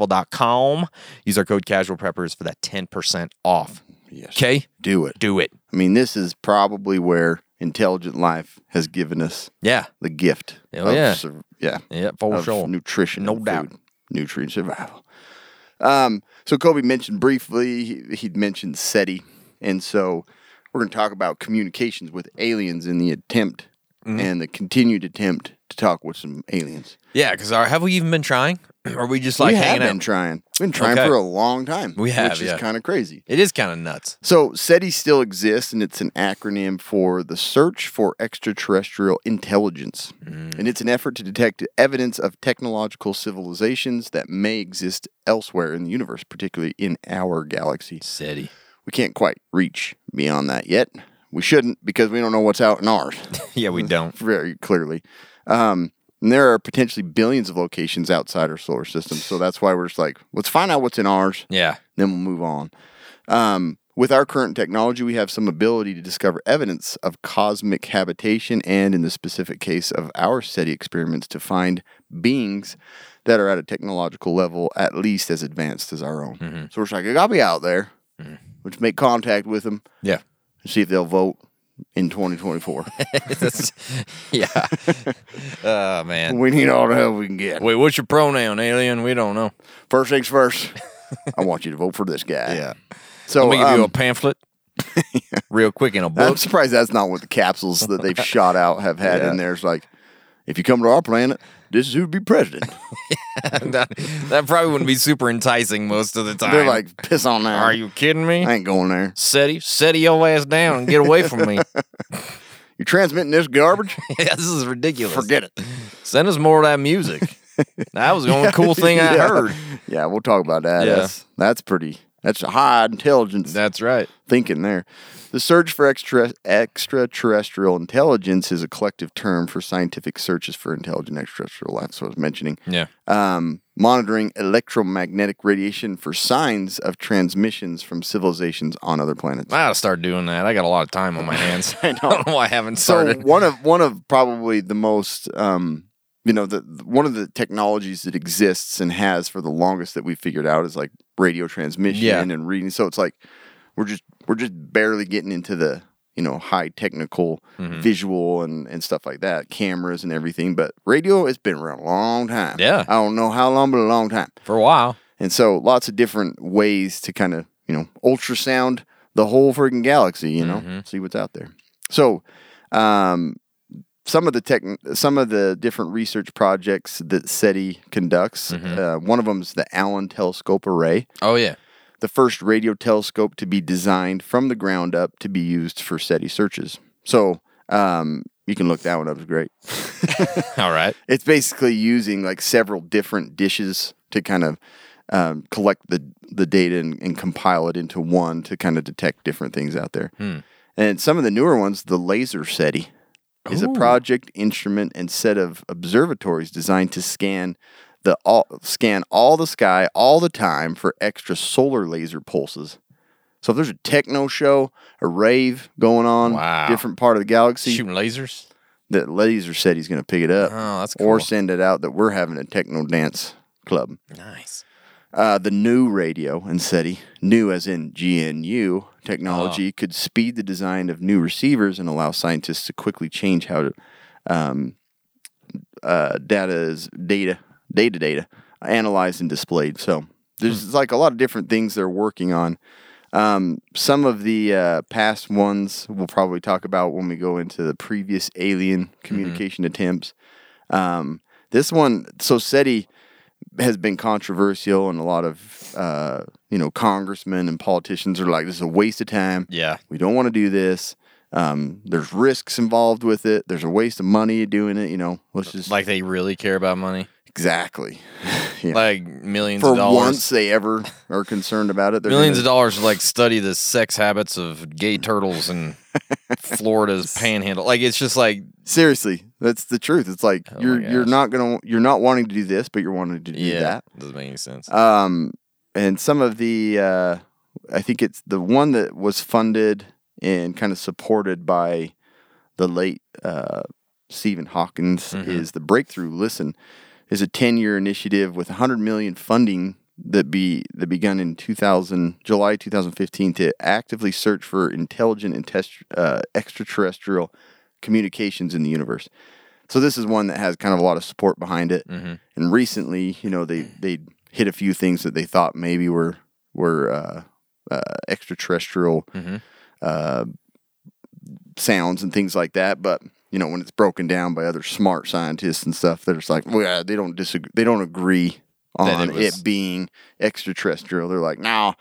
[SPEAKER 4] NutrientSurvival.com. Use our code Casual Preppers for that 10%
[SPEAKER 5] Mm-hmm.
[SPEAKER 4] off.
[SPEAKER 5] Yes.
[SPEAKER 4] Okay?
[SPEAKER 5] Do it.
[SPEAKER 4] Do it.
[SPEAKER 5] I mean, this is probably where intelligent life has given us
[SPEAKER 4] Yeah.
[SPEAKER 5] the gift.
[SPEAKER 4] Oh, yeah.
[SPEAKER 5] sur- yeah.
[SPEAKER 4] Yeah, for
[SPEAKER 5] of
[SPEAKER 4] sure.
[SPEAKER 5] nutrition,
[SPEAKER 4] No
[SPEAKER 5] and
[SPEAKER 4] doubt.
[SPEAKER 5] food, nutrient survival. Um, so Kobe mentioned briefly he, he'd mentioned SETI, and so we're going to talk about communications with aliens in the attempt
[SPEAKER 4] Mm-hmm.
[SPEAKER 5] and the continued attempt to talk with some aliens.
[SPEAKER 4] yeah, because have we even been trying? Or are we just like
[SPEAKER 5] we have
[SPEAKER 4] hanging
[SPEAKER 5] been
[SPEAKER 4] out?
[SPEAKER 5] trying, we've been trying
[SPEAKER 4] Okay.
[SPEAKER 5] for a long time.
[SPEAKER 4] We have,
[SPEAKER 5] which is
[SPEAKER 4] yeah.
[SPEAKER 5] kind of crazy.
[SPEAKER 4] it is kind of nuts.
[SPEAKER 5] So SETI still exists, and it's an acronym for the Search for Extraterrestrial Intelligence, and it's an effort to detect evidence of technological civilizations that may exist elsewhere in the universe, particularly in our galaxy.
[SPEAKER 4] City.
[SPEAKER 5] We can't quite reach beyond that yet. We shouldn't because we don't know what's out in ours
[SPEAKER 4] yeah, we don't.
[SPEAKER 5] very clearly. Um, and there are potentially billions of locations outside our solar system, so that's why we're just like, let's find out what's in ours
[SPEAKER 4] Yeah.
[SPEAKER 5] then we'll move on. Um, with our current technology, we have some ability to discover evidence of cosmic habitation, and in the specific case of our SETI experiments, to find beings that are at a technological level at least as advanced as our own.
[SPEAKER 4] Mm-hmm.
[SPEAKER 5] So we're just like, I gotta be out there, let's make contact with them
[SPEAKER 4] Yeah.
[SPEAKER 5] and see if they'll vote in 2024.
[SPEAKER 4] That's- yeah. oh, man.
[SPEAKER 5] we need all the help we can get.
[SPEAKER 4] Wait, what's your pronoun, alien? We don't know.
[SPEAKER 5] First things first, I want you to vote for this guy.
[SPEAKER 4] Yeah.
[SPEAKER 5] So
[SPEAKER 4] I'm gonna give you a
[SPEAKER 5] um,
[SPEAKER 4] pamphlet, real quick, in a
[SPEAKER 5] I'm
[SPEAKER 4] book.
[SPEAKER 5] surprised that's not what the capsules that they've shot out have had in there. It's like, if you come to our planet, this is who'd be president.
[SPEAKER 4] that, that probably wouldn't be super enticing most of the time.
[SPEAKER 5] They're like, piss on that.
[SPEAKER 4] "Are you kidding me?"
[SPEAKER 5] I ain't going there.
[SPEAKER 4] SETI, SETI your ass down and get away from me.
[SPEAKER 5] You're transmitting this garbage?
[SPEAKER 4] this is ridiculous.
[SPEAKER 5] Forget it.
[SPEAKER 4] Send us more of that music. That was the only cool thing I
[SPEAKER 5] Yeah.
[SPEAKER 4] heard.
[SPEAKER 5] Yeah, we'll talk about that.
[SPEAKER 4] Yeah.
[SPEAKER 5] That's, that's pretty. That's a high intelligence
[SPEAKER 4] That's right.
[SPEAKER 5] thinking there. The search for extra, extraterrestrial intelligence is a collective term for scientific searches for intelligent extraterrestrial life. So I was mentioning
[SPEAKER 4] Yeah.
[SPEAKER 5] um, monitoring electromagnetic radiation for signs of transmissions from civilizations on other planets.
[SPEAKER 4] I gotta start doing that. I got a lot of time on my hands. I, don't know why I haven't
[SPEAKER 5] So
[SPEAKER 4] started.
[SPEAKER 5] one of one of probably the most um, you know the one of the technologies that exists and has for the longest that we figured out is like radio transmission
[SPEAKER 4] Yeah.
[SPEAKER 5] and reading. So it's like we're just we're just barely getting into the you know high technical
[SPEAKER 4] Mm-hmm.
[SPEAKER 5] visual and and stuff like that, cameras and everything. But radio has been around a long time.
[SPEAKER 4] Yeah.
[SPEAKER 5] I don't know how long, but a long time.
[SPEAKER 4] For a while.
[SPEAKER 5] And so lots of different ways to kind of, you know, ultrasound the whole freaking galaxy, you know, see what's out there. So, um, some of the tech, some of the different research projects that SETI conducts. Uh, one of them is the Allen Telescope Array,
[SPEAKER 4] Oh yeah.
[SPEAKER 5] the first radio telescope to be designed from the ground up to be used for SETI searches. So um, you can look that one up; it's great
[SPEAKER 4] All right.
[SPEAKER 5] it's basically using like several different dishes to kind of um, collect the the data and, and compile it into one to kind of detect different things out there. And some of the newer ones, the laser SETI, is a project instrument and set of observatories designed to scan the all scan all the sky all the time for extra solar laser pulses. So if there's a techno show, a rave going on,
[SPEAKER 4] Wow.
[SPEAKER 5] different part of the galaxy,
[SPEAKER 4] Shooting lasers.
[SPEAKER 5] that laser said he's going to pick it up
[SPEAKER 4] Oh, that's
[SPEAKER 5] or
[SPEAKER 4] cool.
[SPEAKER 5] send it out that we're having a techno dance club.
[SPEAKER 4] Nice.
[SPEAKER 5] Uh, the new radio and SETI, new as in GNU technology,
[SPEAKER 4] Ah.
[SPEAKER 5] could speed the design of new receivers and allow scientists to quickly change how um, uh, data is data data data analyzed and displayed. So there's like a lot of different things they're working on. Um, some of the uh, past ones we'll probably talk about when we go into the previous alien communication attempts. Um, this one, so SETI has been controversial, and a lot of uh, you know congressmen and politicians are like, "This is a waste of time.
[SPEAKER 4] Yeah.
[SPEAKER 5] We don't want to do this. Um, there's risks involved with it. There's a waste of money doing it. You know, let's just
[SPEAKER 4] Like they really care about money.
[SPEAKER 5] exactly Yeah.
[SPEAKER 4] Like millions
[SPEAKER 5] for
[SPEAKER 4] of dollars.
[SPEAKER 5] once they ever are concerned about it. they're
[SPEAKER 4] Millions of
[SPEAKER 5] gonna-
[SPEAKER 4] dollars to like study the sex habits of gay turtles in Florida's panhandle. Like it's just like
[SPEAKER 5] Seriously, that's the truth. It's like you're you're not gonna you're not wanting to do this, but you're wanting to do
[SPEAKER 4] Oh yeah,
[SPEAKER 5] that.
[SPEAKER 4] doesn't make any sense.
[SPEAKER 5] Um, and some of the, uh, I think it's the one that was funded and kind of supported by the late uh, Stephen Hawkins is the Breakthrough Listen, is a ten year initiative with hundred million funding that be that begun in two thousand July two thousand fifteen to actively search for intelligent and test, uh, extraterrestrial communications in the universe. So this is one that has kind of a lot of support behind it. And recently, you know, they they hit a few things that they thought maybe were were uh, uh, extraterrestrial
[SPEAKER 4] Mm-hmm.
[SPEAKER 5] uh, sounds and things like that. But you know, when it's broken down by other smart scientists and stuff, they're just like, well, yeah, they don't disagree. They don't agree
[SPEAKER 4] That
[SPEAKER 5] on
[SPEAKER 4] it
[SPEAKER 5] it,
[SPEAKER 4] was-
[SPEAKER 5] being extraterrestrial. They're like, no,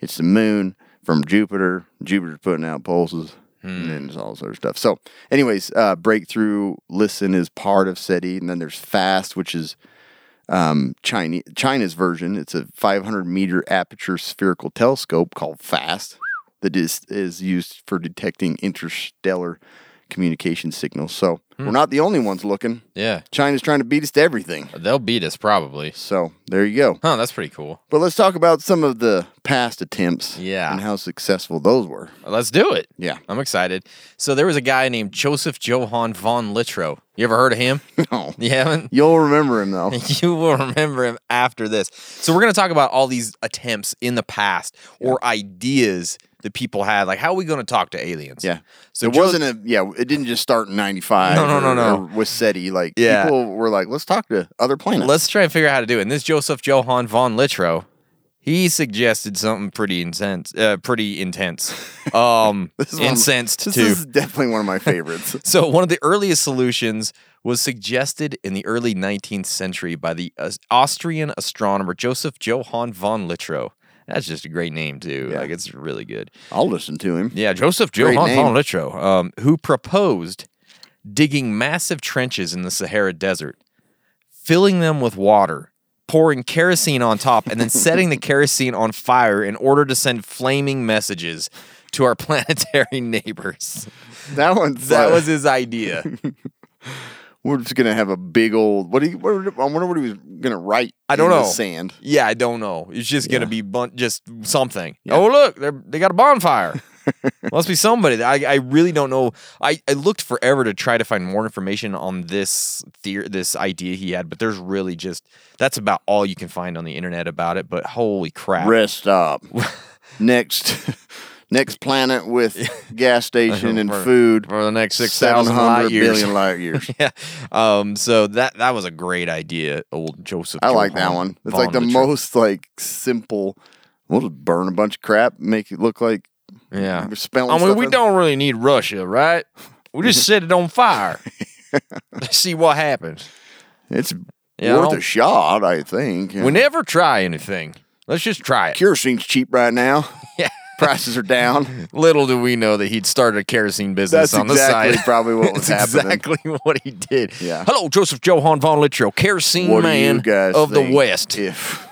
[SPEAKER 5] it's the moon from Jupiter. Jupiter's putting out pulses.
[SPEAKER 4] Hmm.
[SPEAKER 5] And then there's all this other stuff. So, anyways, uh, breakthrough listen is part of SETI, and then there's fast, which is um, China, China's version. It's a 500 meter aperture spherical telescope called FAST that is is used for detecting interstellar communication signals. So
[SPEAKER 4] Hmm.
[SPEAKER 5] we're not the only ones looking.
[SPEAKER 4] yeah,
[SPEAKER 5] China's trying to beat us to everything.
[SPEAKER 4] they'll beat us probably.
[SPEAKER 5] So there you go.
[SPEAKER 4] Huh, that's pretty cool.
[SPEAKER 5] But let's talk about some of the past attempts
[SPEAKER 4] Yeah.
[SPEAKER 5] and how successful those were.
[SPEAKER 4] Let's do it.
[SPEAKER 5] Yeah.
[SPEAKER 4] I'm excited. So there was a guy named Joseph Johann von Littrow. You ever heard of him?
[SPEAKER 5] No.
[SPEAKER 4] You haven't?
[SPEAKER 5] You'll remember him though.
[SPEAKER 4] You will remember him after this. So we're going to talk about all these attempts in the past or ideas that people had. Like, how are we going to talk to aliens?
[SPEAKER 5] Yeah.
[SPEAKER 4] So
[SPEAKER 5] So it
[SPEAKER 4] Joe-
[SPEAKER 5] wasn't a yeah. It didn't just start in '95.
[SPEAKER 4] No, no, no,
[SPEAKER 5] or-
[SPEAKER 4] no.
[SPEAKER 5] or with SETI, like
[SPEAKER 4] Yeah.
[SPEAKER 5] people were like, "Let's talk to other planets."
[SPEAKER 4] Let's try and figure out how to do it. And this Joseph Johann von Littrow, He suggested something pretty intense. Uh, pretty intense. Um,
[SPEAKER 5] This is one of my-
[SPEAKER 4] incensed
[SPEAKER 5] this
[SPEAKER 4] too.
[SPEAKER 5] is definitely one of my favorites.
[SPEAKER 4] So, one of the earliest solutions was suggested in the early 19th century by the uh, Austrian astronomer Joseph Johann von Littrow. That's just a great name, too.
[SPEAKER 5] Yeah.
[SPEAKER 4] Like, it's really good.
[SPEAKER 5] I'll listen to him.
[SPEAKER 4] Yeah, Joseph
[SPEAKER 5] Great
[SPEAKER 4] Johann von
[SPEAKER 5] name.
[SPEAKER 4] Littrow, um, who proposed digging massive trenches in the Sahara Desert, filling them with water, pouring kerosene on top, and then setting the kerosene on fire in order to send flaming messages to our planetary neighbors.
[SPEAKER 5] That one's
[SPEAKER 4] That
[SPEAKER 5] uh,
[SPEAKER 4] was his idea.
[SPEAKER 5] We're just gonna have a big old. What do you? What, I wonder what he was gonna write.
[SPEAKER 4] I don't
[SPEAKER 5] in the
[SPEAKER 4] know.
[SPEAKER 5] sand.
[SPEAKER 4] Yeah, I don't know. It's just gonna be bun- just something. Oh look, they they got a bonfire. Must be somebody. that- I I really don't know. I, I looked forever to try to find more information on this theory, this idea he had, but there's really just that's about all you can find on the internet about it. But holy crap!
[SPEAKER 5] Rest up. next, next planet with gas station and
[SPEAKER 4] For-
[SPEAKER 5] food
[SPEAKER 4] for the next six thousand light
[SPEAKER 5] 700
[SPEAKER 4] years.
[SPEAKER 5] billion light years.
[SPEAKER 4] yeah. Um. So that that was a great idea, old Joseph.
[SPEAKER 5] I like that
[SPEAKER 4] Johann
[SPEAKER 5] one. It's
[SPEAKER 4] von
[SPEAKER 5] like the
[SPEAKER 4] Littrow.
[SPEAKER 5] most like simple. We'll just burn a bunch of crap, make it look like
[SPEAKER 4] Yeah.
[SPEAKER 5] we're spelling.
[SPEAKER 4] I mean,
[SPEAKER 5] stuff
[SPEAKER 4] we
[SPEAKER 5] in.
[SPEAKER 4] don't really need Russia, right? We just set it on fire. Let's see what happens.
[SPEAKER 5] It's
[SPEAKER 4] Yeah, I
[SPEAKER 5] worth
[SPEAKER 4] don't-
[SPEAKER 5] a shot, I think.
[SPEAKER 4] We never try anything. Let's just try it.
[SPEAKER 5] Kerosene's cheap right now. Yeah. Prices are down.
[SPEAKER 4] Little do we know that he'd started a kerosene business
[SPEAKER 5] That's
[SPEAKER 4] on the
[SPEAKER 5] exactly
[SPEAKER 4] side.
[SPEAKER 5] probably what was
[SPEAKER 4] That's
[SPEAKER 5] happening.
[SPEAKER 4] exactly what he did.
[SPEAKER 5] Yeah.
[SPEAKER 4] Hello, Joseph Johann von Littrow, kerosene
[SPEAKER 5] What do you
[SPEAKER 4] man
[SPEAKER 5] guys
[SPEAKER 4] of the
[SPEAKER 5] think
[SPEAKER 4] West,
[SPEAKER 5] If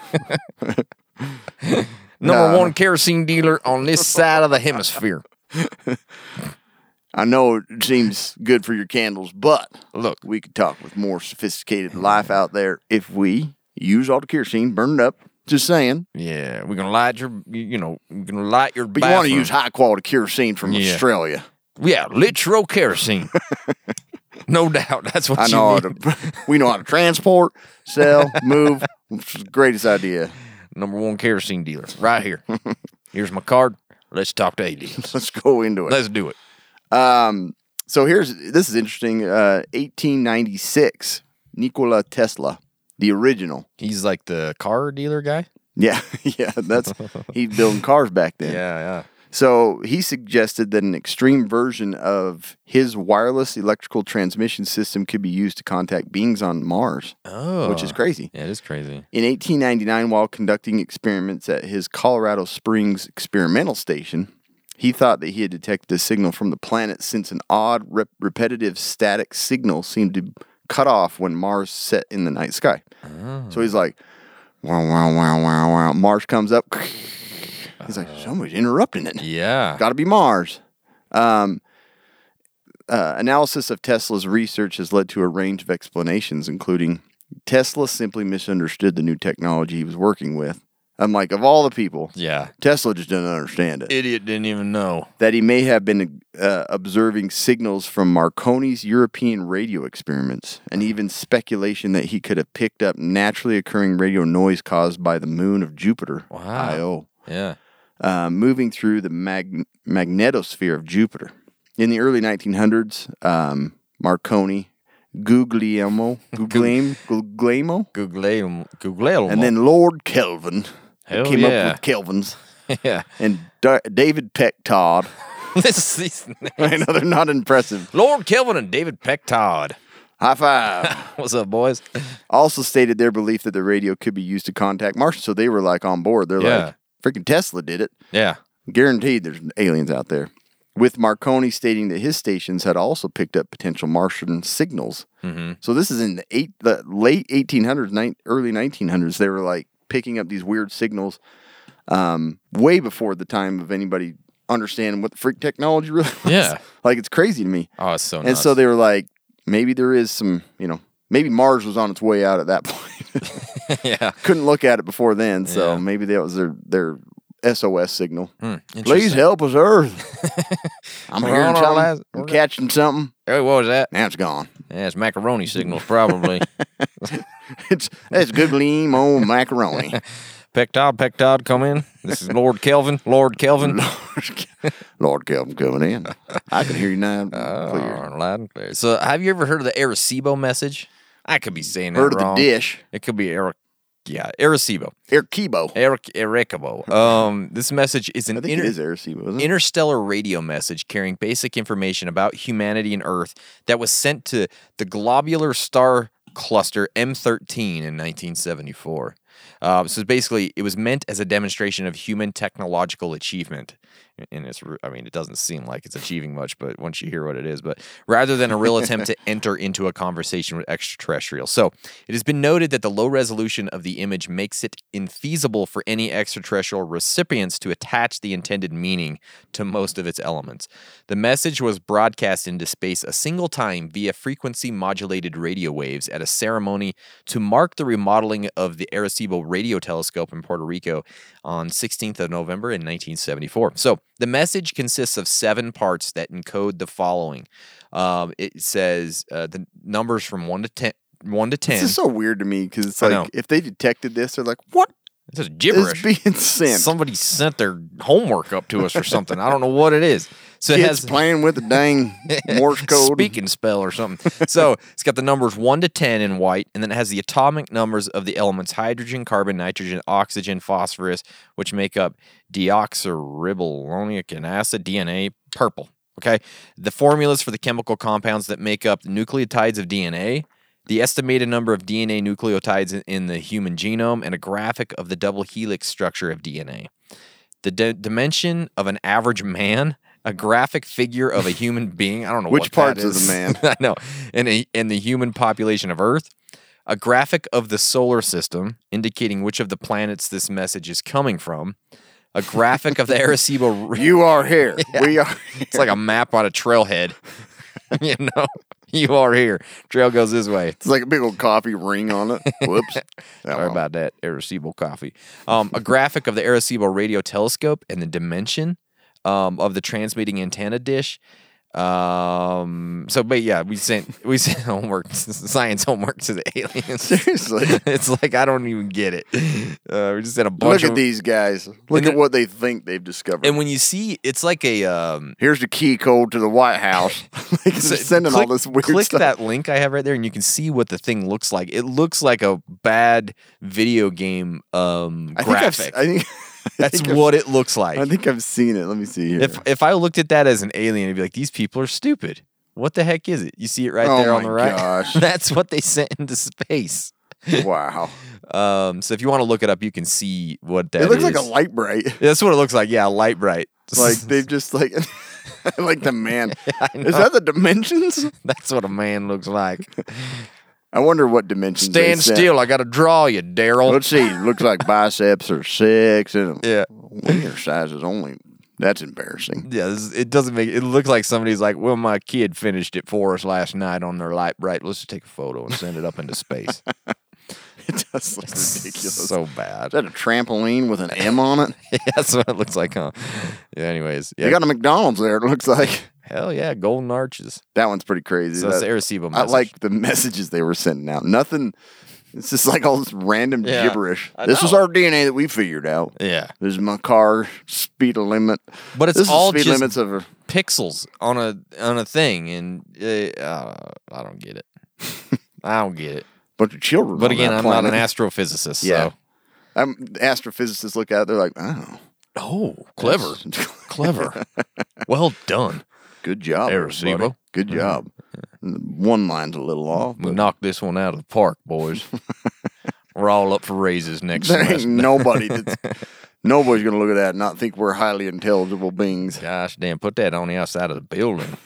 [SPEAKER 4] number
[SPEAKER 5] Nah.
[SPEAKER 4] one kerosene dealer on this side of the hemisphere.
[SPEAKER 5] I know it seems good for your candles, but
[SPEAKER 4] Look,
[SPEAKER 5] we could talk with more sophisticated life out there if we use all the kerosene, burn it up. Just saying.
[SPEAKER 4] yeah, we're gonna light your, you know, we're gonna light your.
[SPEAKER 5] But you want to
[SPEAKER 4] bathroom.
[SPEAKER 5] use high quality kerosene from
[SPEAKER 4] Yeah.
[SPEAKER 5] Australia.
[SPEAKER 4] Yeah, literal kerosene. no doubt, that's what
[SPEAKER 5] I
[SPEAKER 4] you
[SPEAKER 5] know how
[SPEAKER 4] need.
[SPEAKER 5] to, we know how to transport, sell, move. Which is the greatest idea.
[SPEAKER 4] Number one kerosene dealer, right here. Here's my card. Let's talk to aliens.
[SPEAKER 5] Let's go into it.
[SPEAKER 4] Let's do it.
[SPEAKER 5] Um, so here's this is interesting. Uh, 1896, Nikola Tesla, the original.
[SPEAKER 4] He's like the car dealer guy.
[SPEAKER 5] Yeah, yeah, that's he's building cars back then.
[SPEAKER 4] yeah.
[SPEAKER 5] So he suggested that an extreme version of his wireless electrical transmission system could be used to contact beings on Mars,
[SPEAKER 4] Oh,
[SPEAKER 5] which is crazy.
[SPEAKER 4] Yeah, it is crazy.
[SPEAKER 5] In 1899, while conducting experiments at his Colorado Springs experimental station, he thought that he had detected a signal from the planet since an odd, rep- repetitive static signal seemed to cut off when Mars set in the night sky. So he's like, wow, wow, wow, wow, wow. Mars comes up. He's like, somebody's interrupting it.
[SPEAKER 4] Yeah.
[SPEAKER 5] Got to be Mars. Um, uh, analysis of Tesla's research has led to a range of explanations, including Tesla simply misunderstood the new technology he was working with. I'm like, of all the people,
[SPEAKER 4] Yeah.
[SPEAKER 5] Tesla just didn't understand it.
[SPEAKER 4] Idiot didn't even know.
[SPEAKER 5] that he may have been uh, observing signals from Marconi's European radio experiments, and even speculation that he could have picked up naturally occurring radio noise caused by the moon of Jupiter,
[SPEAKER 4] Wow.
[SPEAKER 5] Io
[SPEAKER 4] Yeah.
[SPEAKER 5] uh, moving through the mag- magnetosphere of Jupiter. In the early 1900s, um, Marconi, Guglielmo, Guglielmo, Guglielmo,
[SPEAKER 4] Google Google
[SPEAKER 5] and then Lord Kelvin
[SPEAKER 4] Hell
[SPEAKER 5] came
[SPEAKER 4] yeah.
[SPEAKER 5] up with Kelvins,
[SPEAKER 4] yeah.
[SPEAKER 5] and D- David Peck Todd.
[SPEAKER 4] this is
[SPEAKER 5] I know they're not impressive.
[SPEAKER 4] Lord Kelvin and David Peck Todd.
[SPEAKER 5] High five.
[SPEAKER 4] What's up, boys?
[SPEAKER 5] also stated their belief that the radio could be used to contact Martians, so they were like on board. They're
[SPEAKER 4] Yeah.
[SPEAKER 5] like, freaking Tesla did it.
[SPEAKER 4] Yeah.
[SPEAKER 5] Guaranteed there's aliens out there. With Marconi stating that his stations had also picked up potential Martian signals.
[SPEAKER 4] Mm-hmm.
[SPEAKER 5] So this is in the, eight, the late 1800s, nine, early 1900s. They were like picking up these weird signals um, way before the time of anybody understanding what the freak technology really was.
[SPEAKER 4] Yeah.
[SPEAKER 5] like it's crazy to me.
[SPEAKER 4] Oh, it's so
[SPEAKER 5] and so they were like, maybe there is some, you know, maybe Mars was on its way out at that point.
[SPEAKER 4] yeah.
[SPEAKER 5] Couldn't look at it before then. So
[SPEAKER 4] Yeah.
[SPEAKER 5] maybe that was their, their SOS signal.
[SPEAKER 4] Hmm, interesting.
[SPEAKER 5] Please help us, Earth. I'm
[SPEAKER 4] We're
[SPEAKER 5] hearing
[SPEAKER 4] on our
[SPEAKER 5] something.
[SPEAKER 4] last-
[SPEAKER 5] I'm
[SPEAKER 4] we're-
[SPEAKER 5] catching something.
[SPEAKER 4] Hey, what was that?
[SPEAKER 5] Now it's gone.
[SPEAKER 4] Yeah, it's macaroni signals, probably.
[SPEAKER 5] It's it's good gleam on macaroni.
[SPEAKER 4] Peck Todd, Peck Todd, come in. This is Lord Kelvin. Lord Kelvin.
[SPEAKER 5] Lord Kelvin coming in. I can hear you now. clear.
[SPEAKER 4] Oh, loud and clear. So, have you ever heard of the Arecibo message? I could be saying that
[SPEAKER 5] Heard of the
[SPEAKER 4] wrong.
[SPEAKER 5] dish.
[SPEAKER 4] It could be Ara- yeah, Arecibo.
[SPEAKER 5] Arecibo.
[SPEAKER 4] Eric Ericabo. Um, this message is an
[SPEAKER 5] I think
[SPEAKER 4] inter-
[SPEAKER 5] it is Arecibo, isn't it?
[SPEAKER 4] interstellar radio message carrying basic information about humanity and Earth that was sent to the globular star cluster M13 in 1974. Uh, so basically, it was meant as a demonstration of human technological achievement. And it's, re- I mean, it doesn't seem like it's achieving much, but once you hear what it is, but rather than a real attempt to enter into a conversation with extraterrestrials. So it has been noted that the low resolution of the image makes it infeasible for any extraterrestrial recipients to attach the intended meaning to most of its elements. The message was broadcast into space a single time via frequency modulated radio waves at a ceremony to mark the remodeling of the Arecibo radio telescope in Puerto Rico on 16th of November in 1974. So the message consists of seven parts that encode the following. Um, it says uh, the numbers from one to ten. One to ten.
[SPEAKER 5] This is so weird to me because it's
[SPEAKER 4] I know.
[SPEAKER 5] like if they detected this, they're like, "What
[SPEAKER 4] This is
[SPEAKER 5] is
[SPEAKER 4] gibberish.
[SPEAKER 5] being sent?
[SPEAKER 4] Somebody sent their homework up to us or something. I don't know what it is. So it
[SPEAKER 5] Kids
[SPEAKER 4] has
[SPEAKER 5] playing with the dang Morse code."
[SPEAKER 4] speaking spell or something. So it's got the numbers one to ten in white, and then it has the atomic numbers of the elements hydrogen, carbon, nitrogen, oxygen, phosphorus, which make up deoxyribonucleic acid DNA purple. Okay, the formulas for the chemical compounds that make up the nucleotides of DNA. The estimated number of DNA nucleotides in- in the human genome and a graphic of the double helix structure of DNA the d- dimension of an average man, a graphic figure of a human being. I don't know
[SPEAKER 5] Which
[SPEAKER 4] what
[SPEAKER 5] parts
[SPEAKER 4] that
[SPEAKER 5] of the
[SPEAKER 4] is.
[SPEAKER 5] man?
[SPEAKER 4] I know, and a, and the human population of Earth, a graphic of the solar system indicating which of the planets this message is coming from, a graphic of the Arecibo. r-
[SPEAKER 5] You are here. We are.
[SPEAKER 4] it's like a map on a trailhead. you know, you are here. Trail goes this way.
[SPEAKER 5] It's like a big old coffee ring on it. Whoops.
[SPEAKER 4] Sorry about that, Arecibo coffee. Um, a graphic of the Arecibo radio telescope and the dimension um, of the transmitting antenna dish. Um, so, but yeah, we sent we sent homework, science homework to the aliens.
[SPEAKER 5] Seriously.
[SPEAKER 4] it's like I don't even get it. Uh, we just sent a bunch
[SPEAKER 5] Look at
[SPEAKER 4] of
[SPEAKER 5] these guys. Look
[SPEAKER 4] And
[SPEAKER 5] at
[SPEAKER 4] the-
[SPEAKER 5] what they think they've discovered.
[SPEAKER 4] And when you see, it's like a um,
[SPEAKER 5] Here's the key code to the White House. like, they're
[SPEAKER 4] So
[SPEAKER 5] sending all this weird
[SPEAKER 4] click
[SPEAKER 5] stuff.
[SPEAKER 4] that link I have right there, and you can see what the thing looks like. It looks like a bad video game um,
[SPEAKER 5] I think I've, s-
[SPEAKER 4] graphic.
[SPEAKER 5] I think.
[SPEAKER 4] That's
[SPEAKER 5] think I've-
[SPEAKER 4] what it looks like.
[SPEAKER 5] I think I've seen it. Let me see here.
[SPEAKER 4] If if I looked at that as an alien, I'd be like, these people are stupid. What the heck is it? You see it right
[SPEAKER 5] Oh
[SPEAKER 4] there on
[SPEAKER 5] my
[SPEAKER 4] the right.
[SPEAKER 5] gosh.
[SPEAKER 4] That's what they sent into space.
[SPEAKER 5] wow.
[SPEAKER 4] Um, so if you want to look it up, you can see what that
[SPEAKER 5] It looks like a
[SPEAKER 4] is.
[SPEAKER 5] light bright.
[SPEAKER 4] That's what it looks like. Yeah, a light bright.
[SPEAKER 5] Like they've just like like the man.
[SPEAKER 4] I
[SPEAKER 5] Is that the dimensions?
[SPEAKER 4] that's what a man looks like.
[SPEAKER 5] I wonder what dimensions. they
[SPEAKER 4] Stand
[SPEAKER 5] sent.
[SPEAKER 4] still. I got to draw you, Daryl.
[SPEAKER 5] Let's see. Looks like biceps are six and
[SPEAKER 4] Yeah.
[SPEAKER 5] winger size is only. That's embarrassing.
[SPEAKER 4] Yeah, this, it doesn't make it looks like somebody's like, well, my kid finished it for us last night on their light bright. Let's just take a photo and send it up into space.
[SPEAKER 5] It does look ridiculous.
[SPEAKER 4] so bad.
[SPEAKER 5] Is that a trampoline with an M on it?
[SPEAKER 4] That's what it looks like, huh? Yeah, anyways. Yeah.
[SPEAKER 5] They got a McDonald's there. It looks like
[SPEAKER 4] Hell yeah, golden arches.
[SPEAKER 5] that one's pretty crazy.
[SPEAKER 4] So that's the
[SPEAKER 5] That-
[SPEAKER 4] Arecibo
[SPEAKER 5] I
[SPEAKER 4] message.
[SPEAKER 5] like the messages they were sending out. Nothing. It's just like all this random
[SPEAKER 4] Yeah,
[SPEAKER 5] gibberish.
[SPEAKER 4] I
[SPEAKER 5] This was
[SPEAKER 4] know.
[SPEAKER 5] our DNA that we figured out.
[SPEAKER 4] Yeah.
[SPEAKER 5] This is my car speed limit.
[SPEAKER 4] But it's
[SPEAKER 5] this is
[SPEAKER 4] all
[SPEAKER 5] speed
[SPEAKER 4] just-
[SPEAKER 5] limits of.
[SPEAKER 4] pixels on a on a thing, and uh, uh, I don't get it. I don't get it.
[SPEAKER 5] bunch of children.
[SPEAKER 4] But
[SPEAKER 5] on
[SPEAKER 4] again,
[SPEAKER 5] that
[SPEAKER 4] I'm not an
[SPEAKER 5] planet.
[SPEAKER 4] astrophysicist.
[SPEAKER 5] Yeah.
[SPEAKER 4] So.
[SPEAKER 5] I'm astrophysicists look out. They're like, oh,
[SPEAKER 4] Oh, clever,
[SPEAKER 5] that's-
[SPEAKER 4] clever. Well done.
[SPEAKER 5] good job,
[SPEAKER 4] Arecibo.
[SPEAKER 5] everybody. Good job. One line's a little off.
[SPEAKER 4] We
[SPEAKER 5] but
[SPEAKER 4] knocked this one out of the park, boys. We're all up for raises next
[SPEAKER 5] There ain't
[SPEAKER 4] semester.
[SPEAKER 5] nobody. That's, nobody's gonna look at that and not think we're highly intelligible beings.
[SPEAKER 4] Gosh damn, put that on the outside of the building.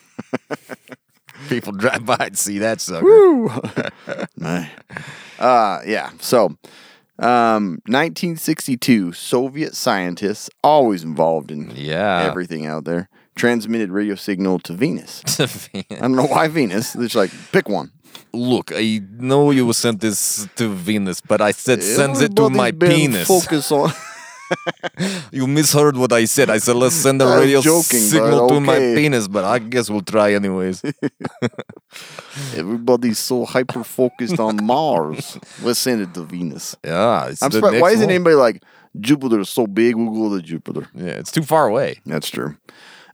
[SPEAKER 4] People drive by and see that sucker.
[SPEAKER 5] Man. uh, yeah. So, um, 1962, Soviet scientists always involved in
[SPEAKER 4] Yeah.
[SPEAKER 5] everything out there transmitted radio signal to Venus. I don't know why Venus. It's like pick one.
[SPEAKER 4] Look, I know you sent this to Venus, but I said send it to
[SPEAKER 5] Everybody's
[SPEAKER 4] my
[SPEAKER 5] been
[SPEAKER 4] penis.
[SPEAKER 5] Focus on.
[SPEAKER 4] You misheard what I said. I said let's send a
[SPEAKER 5] I was
[SPEAKER 4] radio
[SPEAKER 5] joking,
[SPEAKER 4] signal
[SPEAKER 5] but
[SPEAKER 4] to my
[SPEAKER 5] okay.
[SPEAKER 4] penis, but I guess we'll try anyways.
[SPEAKER 5] Everybody's so hyper focused on Mars. Let's send it to Venus.
[SPEAKER 4] yeah, it's
[SPEAKER 5] I'm
[SPEAKER 4] the
[SPEAKER 5] surprised.
[SPEAKER 4] next
[SPEAKER 5] Why isn't
[SPEAKER 4] one.
[SPEAKER 5] anybody like Jupiter is so big? We'll go to Jupiter.
[SPEAKER 4] Yeah, it's too far away.
[SPEAKER 5] That's true.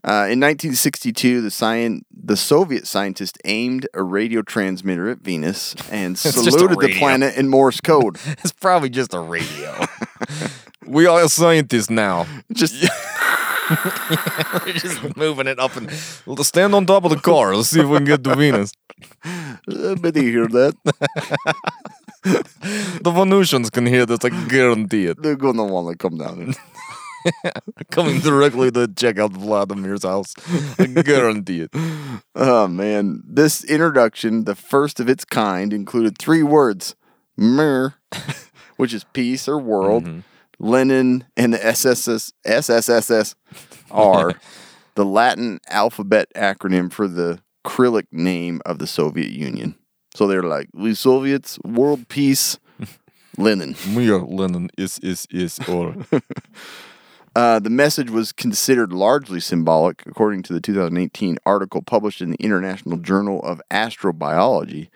[SPEAKER 5] Uh, in 1962, the scien- the Soviet scientist aimed a radio transmitter at Venus and
[SPEAKER 4] just a
[SPEAKER 5] saluted the
[SPEAKER 4] radio.
[SPEAKER 5] planet in Morse code.
[SPEAKER 4] It's probably just a radio. we are scientists now.
[SPEAKER 5] Just
[SPEAKER 4] We're just moving it up and Let's stand on top of the car. Let's see if we can get to Venus.
[SPEAKER 5] nobody hear that.
[SPEAKER 4] The Venusians can hear this. I can guarantee it.
[SPEAKER 5] They're gonna want to come down.
[SPEAKER 4] Coming directly to check out Vladimir's house. I guarantee it.
[SPEAKER 5] Oh man, this introduction, the first of its kind, included three words: "mir," which is peace or world, Lenin, and the SSS, SSSR, the Latin alphabet acronym for the Cyrillic name of the Soviet Union. So they're like, "We Soviets, world peace, Lenin."
[SPEAKER 4] We are Lenin is is is or
[SPEAKER 5] Uh, the message was considered largely symbolic, according to the 2018 article published in the International Journal of Astrobiology.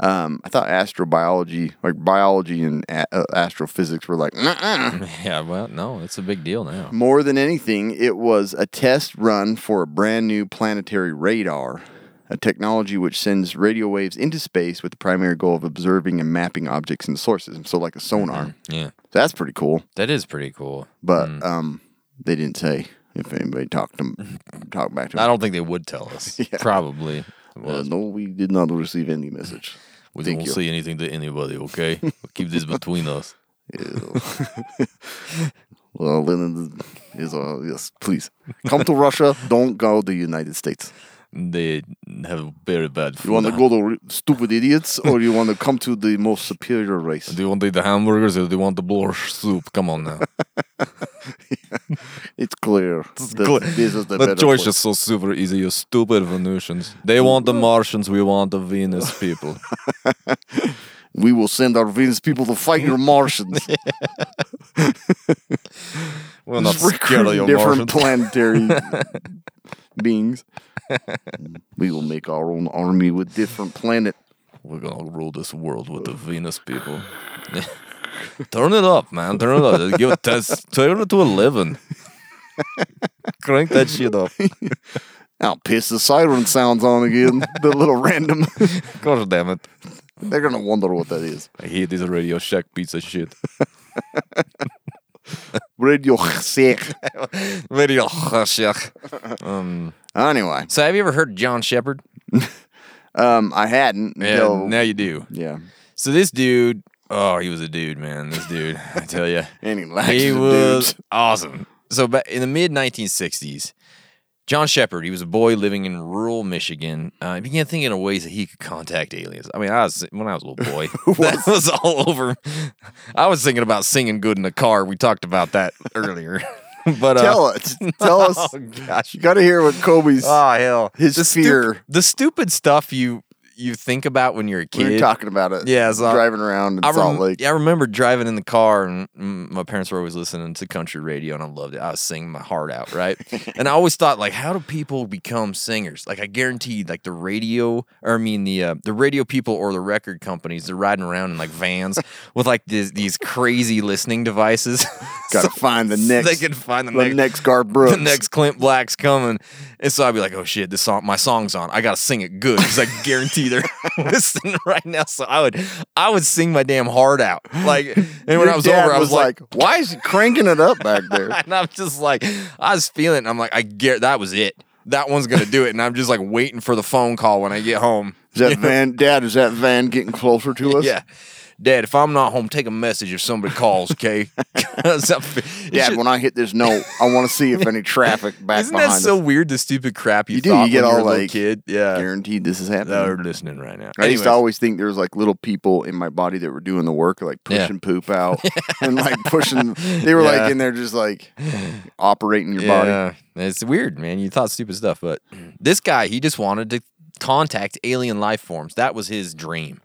[SPEAKER 5] Um, I thought astrobiology, like biology and a- uh, astrophysics, were like, "Nuh-uh."
[SPEAKER 4] yeah. Well, no, it's a big deal now.
[SPEAKER 5] more than anything, it was a test run for a brand new planetary radar, a technology which sends radio waves into space with the primary goal of observing and mapping objects and sources. So, like a sonar.
[SPEAKER 4] Yeah,
[SPEAKER 5] So that's pretty cool
[SPEAKER 4] that is pretty cool.
[SPEAKER 5] but um, they didn't say if anybody talked to talked back
[SPEAKER 4] I
[SPEAKER 5] to them.
[SPEAKER 4] don't think they would tell us. Probably.
[SPEAKER 5] Uh, no, we did not receive any message.
[SPEAKER 4] We
[SPEAKER 5] Thank
[SPEAKER 4] don't
[SPEAKER 5] you.
[SPEAKER 4] say anything to anybody. Okay, keep this between us.
[SPEAKER 5] Ew. well, Lenin is uh, yes. Please come to Russia. Don't go to the United States.
[SPEAKER 4] They have very bad food.
[SPEAKER 5] You want to go to re- stupid idiots, or you want to come to the most superior race?
[SPEAKER 4] Do you want to eat the hamburgers or do you want the borscht soup? Come on now.
[SPEAKER 5] It's clear. that
[SPEAKER 4] Clear.
[SPEAKER 5] This is the,
[SPEAKER 4] The
[SPEAKER 5] better
[SPEAKER 4] choice
[SPEAKER 5] place.
[SPEAKER 4] is so super easy. You stupid Venusians. They want the Martians. We want the Venus people.
[SPEAKER 5] We will send our Venus people to fight your Martians.
[SPEAKER 4] We're not
[SPEAKER 5] Just
[SPEAKER 4] scared of
[SPEAKER 5] recruit
[SPEAKER 4] your
[SPEAKER 5] different
[SPEAKER 4] Martians.
[SPEAKER 5] planetary beings. We will make our own army with different planet.
[SPEAKER 4] We're gonna rule this world with the Venus people. Turn it up, man. Turn it up. Give it test. Turn it to eleven. Crank that shit up.
[SPEAKER 5] I'll piss the siren sounds on again. the little random.
[SPEAKER 4] God damn it.
[SPEAKER 5] They're gonna wonder what that is.
[SPEAKER 4] I hate this Radio Shack piece of shit.
[SPEAKER 5] Radio sick.
[SPEAKER 4] Radio Shack.
[SPEAKER 5] Anyway,
[SPEAKER 4] So have you ever heard of John Shepard?
[SPEAKER 5] um, I hadn't.
[SPEAKER 4] Yeah.
[SPEAKER 5] until-
[SPEAKER 4] Now you do.
[SPEAKER 5] yeah.
[SPEAKER 4] So this dude, oh, he was a dude, man. This dude, I tell you,
[SPEAKER 5] And he lacks
[SPEAKER 4] he
[SPEAKER 5] the
[SPEAKER 4] was
[SPEAKER 5] dudes.
[SPEAKER 4] awesome. So ba- in the mid 1960s, John Shepard, he was a boy living in rural Michigan. Uh, he began thinking of ways that he could contact aliens. I mean, I was when I was a little boy, that was all over. I was thinking about singing good in the car. We talked about that earlier, but uh,
[SPEAKER 5] Tell us. Tell us.
[SPEAKER 4] Oh gosh,
[SPEAKER 5] You gotta hear what Kobe's.
[SPEAKER 4] oh hell,
[SPEAKER 5] His
[SPEAKER 4] stup-
[SPEAKER 5] fear.
[SPEAKER 4] the stupid stuff you you think about when you're a
[SPEAKER 5] we
[SPEAKER 4] kid.
[SPEAKER 5] were talking about it.
[SPEAKER 4] Yeah, so I-
[SPEAKER 5] driving around in Salt
[SPEAKER 4] rem-
[SPEAKER 5] Lake.
[SPEAKER 4] yeah, I remember driving in the car, and mm, my parents were always listening to country radio, and I loved it. I was singing my heart out, right? and I always thought, like, how do people become singers? Like, I guarantee, like the radio, or I mean the uh, the radio people or the record companies, they're riding around in like vans with like these, these crazy listening devices.
[SPEAKER 5] Gotta find the
[SPEAKER 4] so
[SPEAKER 5] next.
[SPEAKER 4] they can find the,
[SPEAKER 5] the
[SPEAKER 4] next
[SPEAKER 5] next Garth Brooks.
[SPEAKER 4] the next Clint Black's coming. And so I'd be like, oh shit, this song, my song's on. I gotta sing it good because I guarantee they're listening right now. So I would, I would sing my damn heart out. Like, and when
[SPEAKER 5] Your
[SPEAKER 4] I was
[SPEAKER 5] dad
[SPEAKER 4] over, I was like,
[SPEAKER 5] "Why is he cranking it up back there?"
[SPEAKER 4] and I'm just like, I was feeling. it. I'm like, I get that was it. That one's gonna do it. And I'm just like waiting for the phone call when I get home.
[SPEAKER 5] Is that van, Dad? Is that van getting closer to us?
[SPEAKER 4] Yeah. Dad, if I'm not home, take a message if somebody calls, okay? 'Cause I'm- it's
[SPEAKER 5] Dad,
[SPEAKER 4] just-
[SPEAKER 5] when I hit this note, I want to see if any traffic back
[SPEAKER 4] isn't
[SPEAKER 5] behind
[SPEAKER 4] that so
[SPEAKER 5] us.
[SPEAKER 4] weird? The stupid crap you,
[SPEAKER 5] You do,
[SPEAKER 4] thought
[SPEAKER 5] you get
[SPEAKER 4] when
[SPEAKER 5] all
[SPEAKER 4] you were a little
[SPEAKER 5] like
[SPEAKER 4] kid. Yeah,
[SPEAKER 5] Guaranteed, this is happening.
[SPEAKER 4] they're listening right now.
[SPEAKER 5] I used to
[SPEAKER 4] Anyways.
[SPEAKER 5] always think there was like little people in my body that were doing the work, like
[SPEAKER 4] Yeah.
[SPEAKER 5] pushing poop out and like pushing. They were
[SPEAKER 4] Yeah.
[SPEAKER 5] like in there, just like operating your body.
[SPEAKER 4] It's weird, man. You thought stupid stuff, but this guy, he just wanted to contact alien life forms. That was his dream.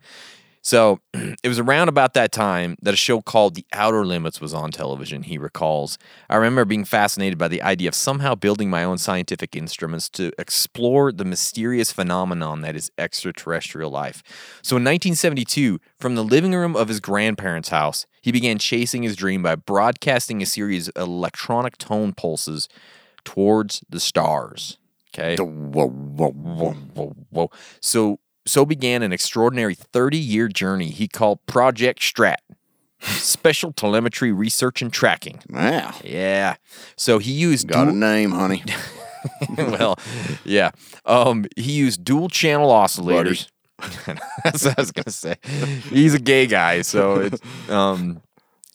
[SPEAKER 4] So it was around about that time that a show called The Outer Limits was on television, he recalls. I remember being fascinated by the idea of somehow building my own scientific instruments to explore the mysterious phenomenon that is extraterrestrial life. So in 1972, from the living room of his grandparents' house, he began chasing his dream by broadcasting a series of electronic tone pulses towards the stars. Okay.
[SPEAKER 5] Whoa, whoa, whoa.
[SPEAKER 4] Whoa, whoa, whoa. So so began an extraordinary 30-year journey he called Project Strat, Special Telemetry Research and Tracking.
[SPEAKER 5] Wow.
[SPEAKER 4] Yeah. So he used
[SPEAKER 5] Got a
[SPEAKER 4] dual-
[SPEAKER 5] name, honey.
[SPEAKER 4] well, yeah. Um, he used dual channel oscillators. That's what I was gonna say. He's a gay guy, so it's, um,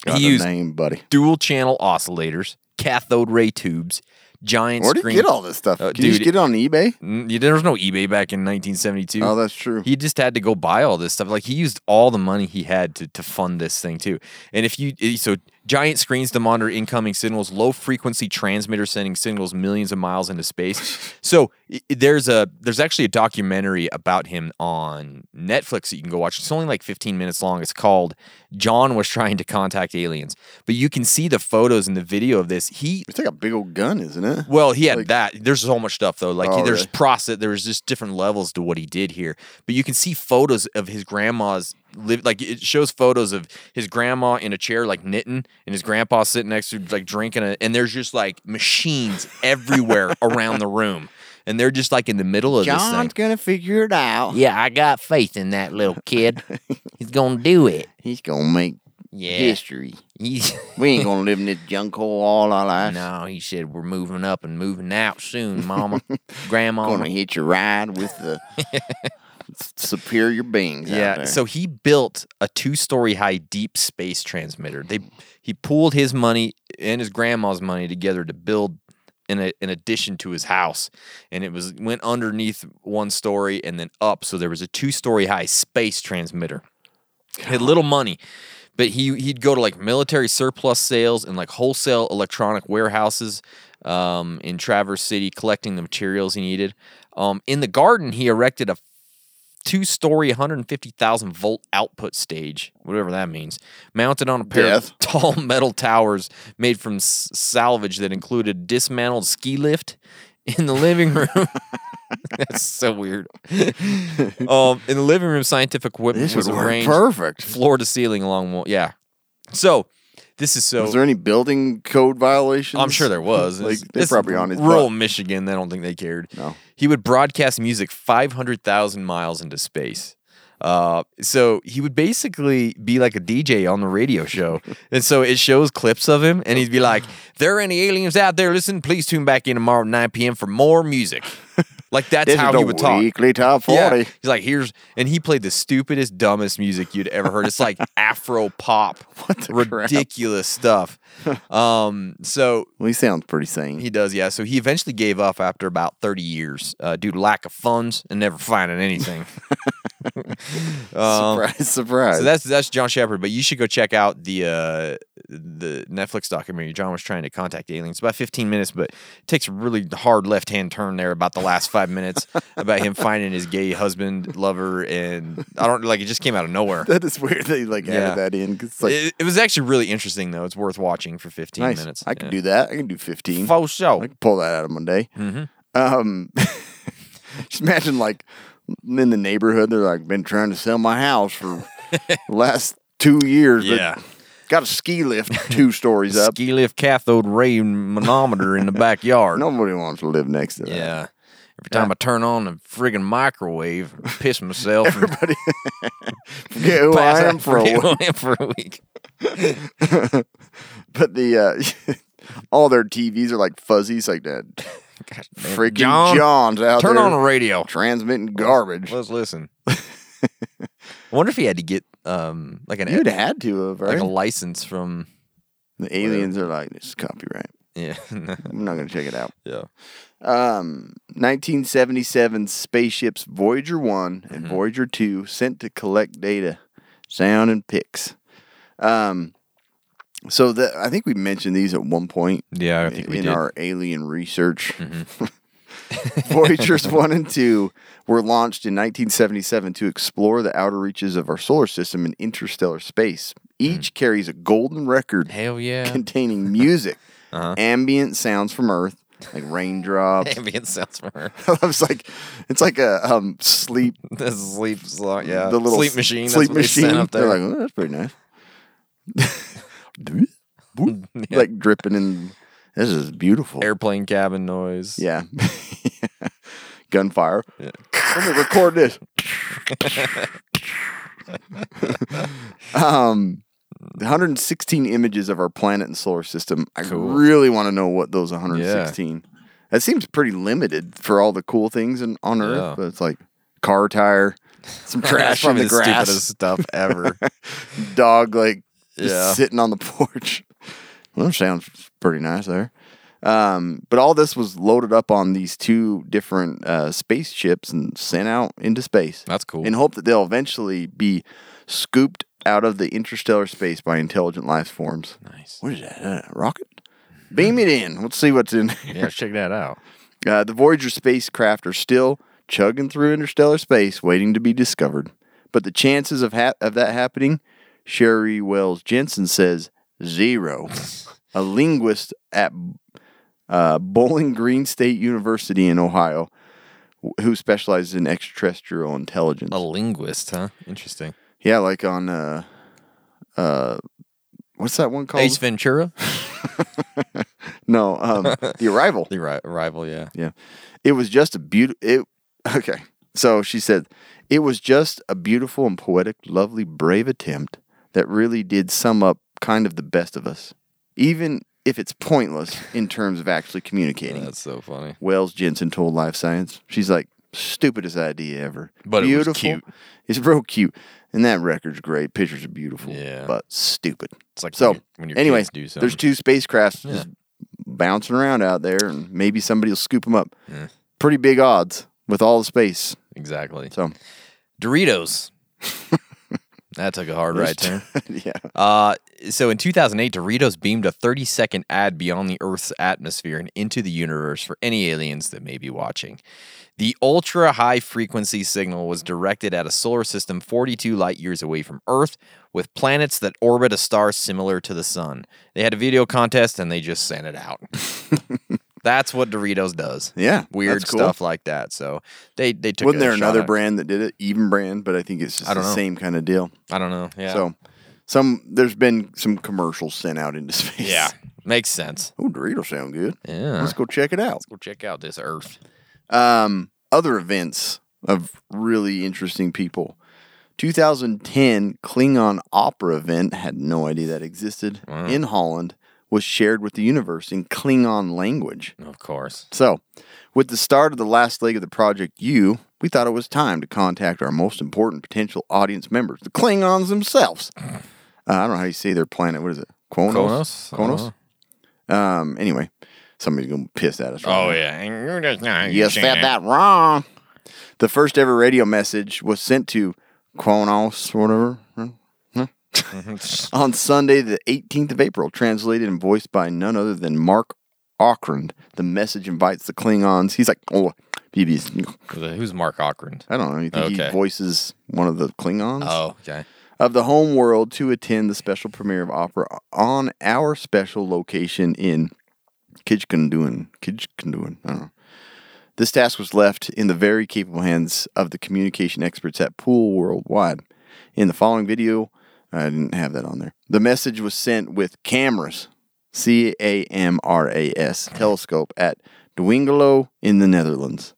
[SPEAKER 5] Got
[SPEAKER 4] he
[SPEAKER 5] a
[SPEAKER 4] used
[SPEAKER 5] name, buddy.
[SPEAKER 4] dual channel oscillators, cathode ray tubes, giant
[SPEAKER 5] Where do you
[SPEAKER 4] screen.
[SPEAKER 5] get all this stuff?
[SPEAKER 4] Uh,
[SPEAKER 5] Can you just
[SPEAKER 4] dude,
[SPEAKER 5] get it on eBay?
[SPEAKER 4] Mm, yeah, There was no eBay back in 1972.
[SPEAKER 5] Oh, that's true.
[SPEAKER 4] He just had to go buy all this stuff. Like he used all the money he had to, to fund this thing too. And if you eh, so giant screens to monitor incoming signals, low frequency transmitter sending signals millions of miles into space. So i- i- there's a there's actually a documentary about him on Netflix that you can go watch. It's only like 15 minutes long. It's called John was trying to contact aliens. But you can see the photos and the video of this. He
[SPEAKER 5] It's like a big old gun, isn't it?
[SPEAKER 4] well, he had
[SPEAKER 5] Like-
[SPEAKER 4] that. There's so much stuff though. Like
[SPEAKER 5] Oh,
[SPEAKER 4] there's
[SPEAKER 5] really?
[SPEAKER 4] process. There's just different levels to what he did here. But you can see photos of his grandma's live. Like it shows photos of his grandma in a chair, like knitting, and his grandpa sitting next to, like drinking. A, and there's just like machines everywhere around the room, and they're just like in the middle of this thing.
[SPEAKER 5] gonna figure it out.
[SPEAKER 4] Yeah, I got faith in that little kid. He's gonna do it.
[SPEAKER 5] He's gonna make
[SPEAKER 4] Yeah.
[SPEAKER 5] history.
[SPEAKER 4] He's-
[SPEAKER 5] We ain't gonna live in this junk hole all our lives.
[SPEAKER 4] no, he said we're moving up and moving out soon, Mama, Grandma.
[SPEAKER 5] Gonna hit your ride with the s- superior beings. out
[SPEAKER 4] Yeah.
[SPEAKER 5] there.
[SPEAKER 4] So he built a two-story high deep space transmitter. They he pooled his money and his grandma's money together to build in a, an addition to his house, and it was went underneath one story and then up. So there was a two-story high space transmitter. Had little money. But he he'd go to like military surplus sales and like wholesale electronic warehouses um, in Traverse City, collecting the materials he needed. Um, in the garden, he erected a two story, 150,000 volt output stage, whatever that means, mounted on a pair
[SPEAKER 5] Death.
[SPEAKER 4] of tall metal towers made from s- salvage that included dismantled ski lift in the living room. That's so weird. um, in the living room, scientific equipment
[SPEAKER 5] this
[SPEAKER 4] was
[SPEAKER 5] would work
[SPEAKER 4] arranged
[SPEAKER 5] perfect.
[SPEAKER 4] floor to ceiling along one. Yeah. So this is so.
[SPEAKER 5] Was there any building code violations?
[SPEAKER 4] I'm sure there was.
[SPEAKER 5] like
[SPEAKER 4] It's-
[SPEAKER 5] they're
[SPEAKER 4] it's
[SPEAKER 5] probably on his
[SPEAKER 4] rural
[SPEAKER 5] butt.
[SPEAKER 4] Michigan. I don't think they cared.
[SPEAKER 5] No.
[SPEAKER 4] He would broadcast music 500,000 miles into space. Uh, so he would basically be like a DJ on the radio show, and so it shows clips of him, and he'd be like, "There are any aliens out there? Listen, please tune back in tomorrow at 9 p.m. for more music." Like that's
[SPEAKER 5] This is
[SPEAKER 4] how
[SPEAKER 5] the
[SPEAKER 4] he would talk.
[SPEAKER 5] Weekly top forty.
[SPEAKER 4] Yeah. He's like, here's, and he played the stupidest, dumbest music you'd ever heard. It's like Afro pop, ridiculous stuff. Um, so
[SPEAKER 5] Well, he sounds pretty sane.
[SPEAKER 4] he does, yeah. So he eventually gave up after about 30 years uh, due to lack of funds and never finding anything. Um,
[SPEAKER 5] surprise, surprise.
[SPEAKER 4] so that's that's John Shepard, but you should go check out the uh, the Netflix documentary. John was trying to contact aliens. It's about 15 minutes, but it takes a really hard left hand turn there about the last five minutes about him finding his gay husband, lover, and I don't like it just came out of nowhere.
[SPEAKER 5] that is weird that he like
[SPEAKER 4] Yeah.
[SPEAKER 5] added that in because it's like
[SPEAKER 4] it, it was actually really interesting though. It's worth watching for 15
[SPEAKER 5] nice.
[SPEAKER 4] minutes.
[SPEAKER 5] I can do that. I can do fifteen.
[SPEAKER 4] Faux show.
[SPEAKER 5] I can pull that out of my day.
[SPEAKER 4] Mm-hmm.
[SPEAKER 5] Um, just imagine like in the neighborhood, they're like been trying to sell my house for the last two years. but
[SPEAKER 4] Yeah.
[SPEAKER 5] got a ski lift two stories up.
[SPEAKER 4] Ski lift cathode ray manometer in the backyard.
[SPEAKER 5] Nobody wants to live next to that.
[SPEAKER 4] Yeah. Every time I turn on the friggin' microwave, I piss myself and
[SPEAKER 5] Forget who
[SPEAKER 4] pass
[SPEAKER 5] I
[SPEAKER 4] out
[SPEAKER 5] am for a
[SPEAKER 4] forget
[SPEAKER 5] while.
[SPEAKER 4] who I am for a week.
[SPEAKER 5] But the uh, all their TVs are like fuzzies, like that.
[SPEAKER 4] God damn.
[SPEAKER 5] Freaking
[SPEAKER 4] John,
[SPEAKER 5] John's out
[SPEAKER 4] turn
[SPEAKER 5] there
[SPEAKER 4] on the radio.
[SPEAKER 5] transmitting garbage.
[SPEAKER 4] Let's listen. I wonder if he had to get um like an
[SPEAKER 5] You'd had to have, right?
[SPEAKER 4] like a license from
[SPEAKER 5] the aliens are like, this is copyright.
[SPEAKER 4] yeah
[SPEAKER 5] I'm not going to check it out.
[SPEAKER 4] yeah
[SPEAKER 5] Um, 1977 spaceships Voyager 1 and
[SPEAKER 4] Mm-hmm.
[SPEAKER 5] Voyager 2 sent to collect data, sound, and pics. Um, so the, I think we mentioned these at one point
[SPEAKER 4] yeah. I think
[SPEAKER 5] in
[SPEAKER 4] we did. Mm-hmm.
[SPEAKER 5] our alien research. Voyagers 1 and 2 were launched in 1977 to explore the outer reaches of our solar system in interstellar space.
[SPEAKER 4] Mm.
[SPEAKER 5] Each carries a golden record
[SPEAKER 4] Hell yeah. Uh-huh.
[SPEAKER 5] containing music, ambient sounds from Earth, like raindrops.
[SPEAKER 4] Ambient sounds for her.
[SPEAKER 5] it's like it's like a um, sleep,
[SPEAKER 4] The sleep song, yeah.
[SPEAKER 5] the little
[SPEAKER 4] sleep
[SPEAKER 5] s-
[SPEAKER 4] machine.
[SPEAKER 5] Sleep
[SPEAKER 4] that's what they
[SPEAKER 5] machine.
[SPEAKER 4] sent up there.
[SPEAKER 5] They're like, oh, that's pretty nice. like dripping in This is beautiful.
[SPEAKER 4] Airplane cabin noise.
[SPEAKER 5] Yeah. Gunfire. Let me record this. um, the 116 images of our planet and solar system. I
[SPEAKER 4] Cool.
[SPEAKER 5] really want to know what those 116. That seems pretty limited for all the cool things in, on Earth.
[SPEAKER 4] Yeah.
[SPEAKER 5] But it's like car tire, some
[SPEAKER 4] That's
[SPEAKER 5] trash in
[SPEAKER 4] probably
[SPEAKER 5] the grass,
[SPEAKER 4] stupidest stuff ever.
[SPEAKER 5] dog like just
[SPEAKER 4] Yeah.
[SPEAKER 5] sitting on the porch. Well, that sounds pretty nice there. Um, but all this was loaded up on these two different uh, spaceships and sent out into space.
[SPEAKER 4] That's cool.
[SPEAKER 5] In hope that they'll eventually be scooped out of the interstellar space by intelligent life forms.
[SPEAKER 4] nice.
[SPEAKER 5] What is that? Uh, rocket? Beam it in. Let's see what's in there.
[SPEAKER 4] Yeah, check that out.
[SPEAKER 5] Uh, the Voyager spacecraft are still chugging through interstellar space, waiting to be discovered. But the chances of ha- of that happening, Sherry Wells Jensen says zero. A linguist at uh, Bowling Green State University in Ohio, w- who specializes in extraterrestrial intelligence.
[SPEAKER 4] A linguist, huh? Interesting.
[SPEAKER 5] Yeah, like on uh, uh, what's that one called?
[SPEAKER 4] Ace Ventura,
[SPEAKER 5] no, um, The Arrival.
[SPEAKER 4] the ri- rival. Yeah.
[SPEAKER 5] Yeah. It was just a beautiful it okay. So she said, "It was just a beautiful and poetic, lovely, brave attempt that really did sum up kind of the best of us, even if it's pointless in terms of actually communicating."
[SPEAKER 4] That's so funny.
[SPEAKER 5] Wells Jensen told Life Science. She's like, "Stupidest idea ever."
[SPEAKER 4] But it was cute.
[SPEAKER 5] It's real cute. And that record's great. Pictures are beautiful.
[SPEAKER 4] Yeah.
[SPEAKER 5] But stupid.
[SPEAKER 4] It's like
[SPEAKER 5] So,
[SPEAKER 4] when, your- when your
[SPEAKER 5] anyway,
[SPEAKER 4] kids do something.
[SPEAKER 5] there's two spacecrafts
[SPEAKER 4] Yeah.
[SPEAKER 5] just bouncing around out there, and maybe somebody will scoop them up. Pretty big odds with all the space.
[SPEAKER 4] exactly.
[SPEAKER 5] So,
[SPEAKER 4] Doritos. that took a hard right turn.
[SPEAKER 5] yeah,
[SPEAKER 4] Uh, so in 2008, Doritos beamed a 30 second ad beyond the Earth's atmosphere and into the universe for any aliens that may be watching. The ultra high frequency signal was directed at a solar system 42 light years away from Earth with planets that orbit a star similar to the sun. They had a video contest and they just sent it out. that's what Doritos does.
[SPEAKER 5] Yeah,
[SPEAKER 4] Weird
[SPEAKER 5] that's cool.
[SPEAKER 4] stuff like that. So they, they took
[SPEAKER 5] wasn't
[SPEAKER 4] a
[SPEAKER 5] there
[SPEAKER 4] shot
[SPEAKER 5] another
[SPEAKER 4] at-
[SPEAKER 5] brand that did it? Even brand, but I think it's just
[SPEAKER 4] I don't
[SPEAKER 5] the
[SPEAKER 4] know.
[SPEAKER 5] same kind of deal.
[SPEAKER 4] I don't know. Yeah.
[SPEAKER 5] So, some there's been some commercials sent out into space.
[SPEAKER 4] yeah. Makes sense.
[SPEAKER 5] Oh, Doritos sound good.
[SPEAKER 4] Yeah.
[SPEAKER 5] Let's go check it out.
[SPEAKER 4] Let's go check out this Earth.
[SPEAKER 5] Um, other events of really interesting people. 2010 Klingon opera event had no idea that existed in Holland was shared with the universe in Klingon language.
[SPEAKER 4] Of course.
[SPEAKER 5] So, with the start of the last leg of the Project U, we thought it was time to contact our most important potential audience members, the Klingons themselves. Uh, I don't know how you say their planet. What is it? Konos?
[SPEAKER 4] Konos? I don't
[SPEAKER 5] Konos? Um, anyway, somebody's going to be pissed at us. right now.
[SPEAKER 4] Oh yeah, and you're just not
[SPEAKER 5] You
[SPEAKER 4] saying
[SPEAKER 5] said
[SPEAKER 4] it.
[SPEAKER 5] that wrong. The first ever radio message was sent to Kronos, whatever, huh? Huh? on Sunday, the 18th of April, translated and voiced by none other than Mark Ockrand. The message invites the Klingons. He's like, oh, BB's.
[SPEAKER 4] Who's Mark Ockrand?
[SPEAKER 5] I don't know. You think he
[SPEAKER 4] Okay.
[SPEAKER 5] voices one of the Klingons?
[SPEAKER 4] Oh, okay.
[SPEAKER 5] Of the home world to attend the special premiere of opera on our special location in Kijkenduin. Kijkenduin. I don't know. This task was left in the very capable hands of the communication experts at Pool Worldwide. In the following video, I didn't have that on there. The message was sent with cameras, C A M R A S, telescope at Dwingelo in the Netherlands.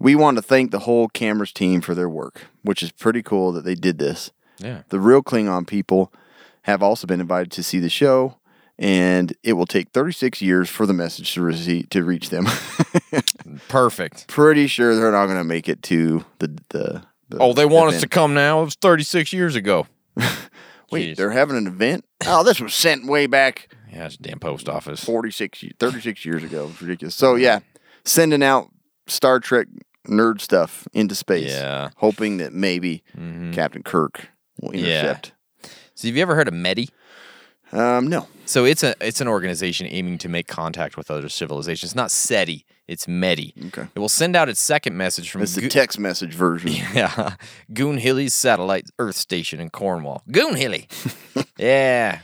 [SPEAKER 5] We want to thank the whole cameras team for their work, which is pretty cool that they did this.
[SPEAKER 4] Yeah.
[SPEAKER 5] The real Klingon people have also been invited to see the show, and it will take 36 years for the message to, receive, to reach them.
[SPEAKER 4] Perfect.
[SPEAKER 5] Pretty sure they're not going to make it to the. the, the
[SPEAKER 4] Oh, they want us to
[SPEAKER 5] event.
[SPEAKER 4] come now. It was 36 years ago.
[SPEAKER 5] Wait,
[SPEAKER 4] Jeez.
[SPEAKER 5] they're having an event? Oh, this was sent way back
[SPEAKER 4] Yeah, it's a damn post office.
[SPEAKER 5] 46, ye- 36 years ago. It's ridiculous. So, yeah, sending out Star Trek nerd stuff into space.
[SPEAKER 4] Yeah. Mm-hmm.
[SPEAKER 5] Hoping that maybe Captain Kirk will
[SPEAKER 4] Yeah.
[SPEAKER 5] intercept.
[SPEAKER 4] So, have you ever heard of Medi?
[SPEAKER 5] Um, no.
[SPEAKER 4] So it's a it's an organization aiming to make contact with other civilizations. It's not SETI. It's Medi.
[SPEAKER 5] Okay.
[SPEAKER 4] It will send out its second message from
[SPEAKER 5] That's the
[SPEAKER 4] Goo-
[SPEAKER 5] text message version.
[SPEAKER 4] yeah, Goonhilly's satellite Earth station in Cornwall. Goonhilly. yeah.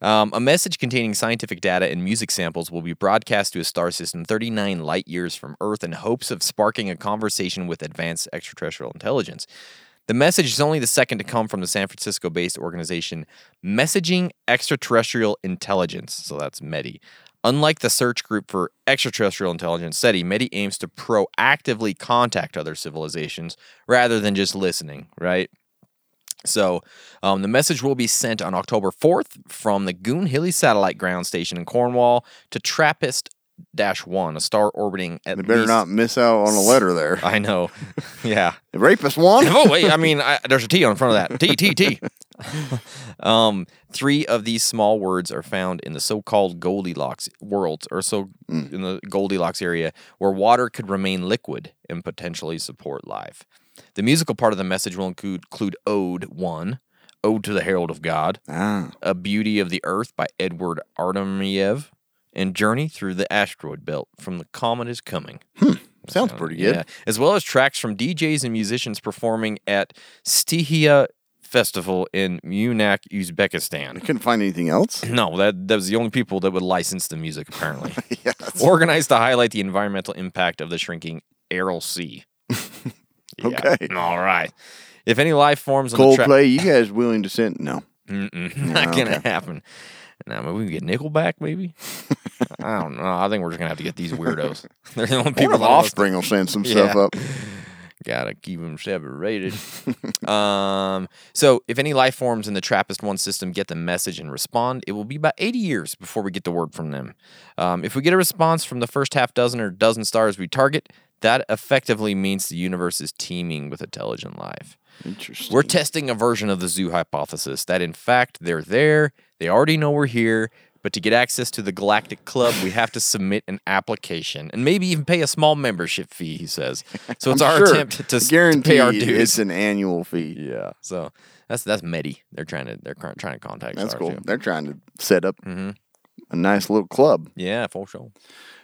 [SPEAKER 4] Um, a message containing scientific data and music samples will be broadcast to a star system 39 light years from Earth in hopes of sparking a conversation with advanced extraterrestrial intelligence. The message is only the second to come from the San Francisco based organization Messaging Extraterrestrial Intelligence. So that's MEDI. Unlike the search group for extraterrestrial intelligence, SETI, METI aims to proactively contact other civilizations rather than just listening, right? So, um, the message will be sent on October 4th from the Goon Hilly Satellite Ground Station in Cornwall to TRAPPIST 1, a star orbiting at
[SPEAKER 5] They better
[SPEAKER 4] least-
[SPEAKER 5] not miss out on a letter there.
[SPEAKER 4] I know. yeah.
[SPEAKER 5] The rapist one.
[SPEAKER 4] Oh wait, I mean, I, there's a T on front of that. T T T. um, three of these small words are found in the so-called Goldilocks world, or so in the Goldilocks area, where water could remain liquid and potentially support life. The musical part of the message will include, include Ode One, Ode to the Herald of God,
[SPEAKER 5] Ah,
[SPEAKER 4] A Beauty of the Earth by Edward Artemiev, and Journey Through the Asteroid Belt from The Comet Is Coming.
[SPEAKER 5] sounds pretty good.
[SPEAKER 4] Yeah, as well as tracks from DJs and musicians performing at Stihia Festival in Munich,
[SPEAKER 5] I
[SPEAKER 4] Uzbekistan.
[SPEAKER 5] couldn't find anything else.
[SPEAKER 4] No, that that was the only people that would license the music apparently.
[SPEAKER 5] yeah,
[SPEAKER 4] Organized to highlight the environmental impact of the shrinking Aral Sea. Yeah,
[SPEAKER 5] Okay.
[SPEAKER 4] All right. If any life forms on the track,
[SPEAKER 5] Coldplay. You guys willing to send? No.
[SPEAKER 4] Mm-mm, not
[SPEAKER 5] okay.
[SPEAKER 4] gonna happen. Now, maybe we can get Nickelback, maybe. I don't know. I think we're just gonna have to get these weirdos. They're the only
[SPEAKER 5] People
[SPEAKER 4] people
[SPEAKER 5] of
[SPEAKER 4] that are listening.
[SPEAKER 5] Offspring will send some stuff
[SPEAKER 4] Yeah.
[SPEAKER 5] up.
[SPEAKER 4] Gotta keep them separated. um, so, if any life forms in the TRAPPIST 1 system get the message and respond, it will be about 80 years before we get the word from them. Um, if we get a response from the first half dozen or dozen stars we target, that effectively means the universe is teeming with intelligent life.
[SPEAKER 5] Interesting.
[SPEAKER 4] We're testing a version of the zoo hypothesis that, in fact, they're there, they already know we're here. But to get access to the Galactic Club, we have to submit an application and maybe even pay a small membership fee, he says. So it's
[SPEAKER 5] I'm
[SPEAKER 4] our
[SPEAKER 5] sure-
[SPEAKER 4] attempt to, s- to
[SPEAKER 5] guarantee
[SPEAKER 4] pay our
[SPEAKER 5] it's
[SPEAKER 4] dues.
[SPEAKER 5] an annual fee.
[SPEAKER 4] yeah. So that's that's Medi. They're trying to they're cr- trying to contact
[SPEAKER 5] That's
[SPEAKER 4] Star
[SPEAKER 5] cool.
[SPEAKER 4] too.
[SPEAKER 5] They're trying to set up
[SPEAKER 4] Mhm.
[SPEAKER 5] a nice little club.
[SPEAKER 4] Yeah, full show.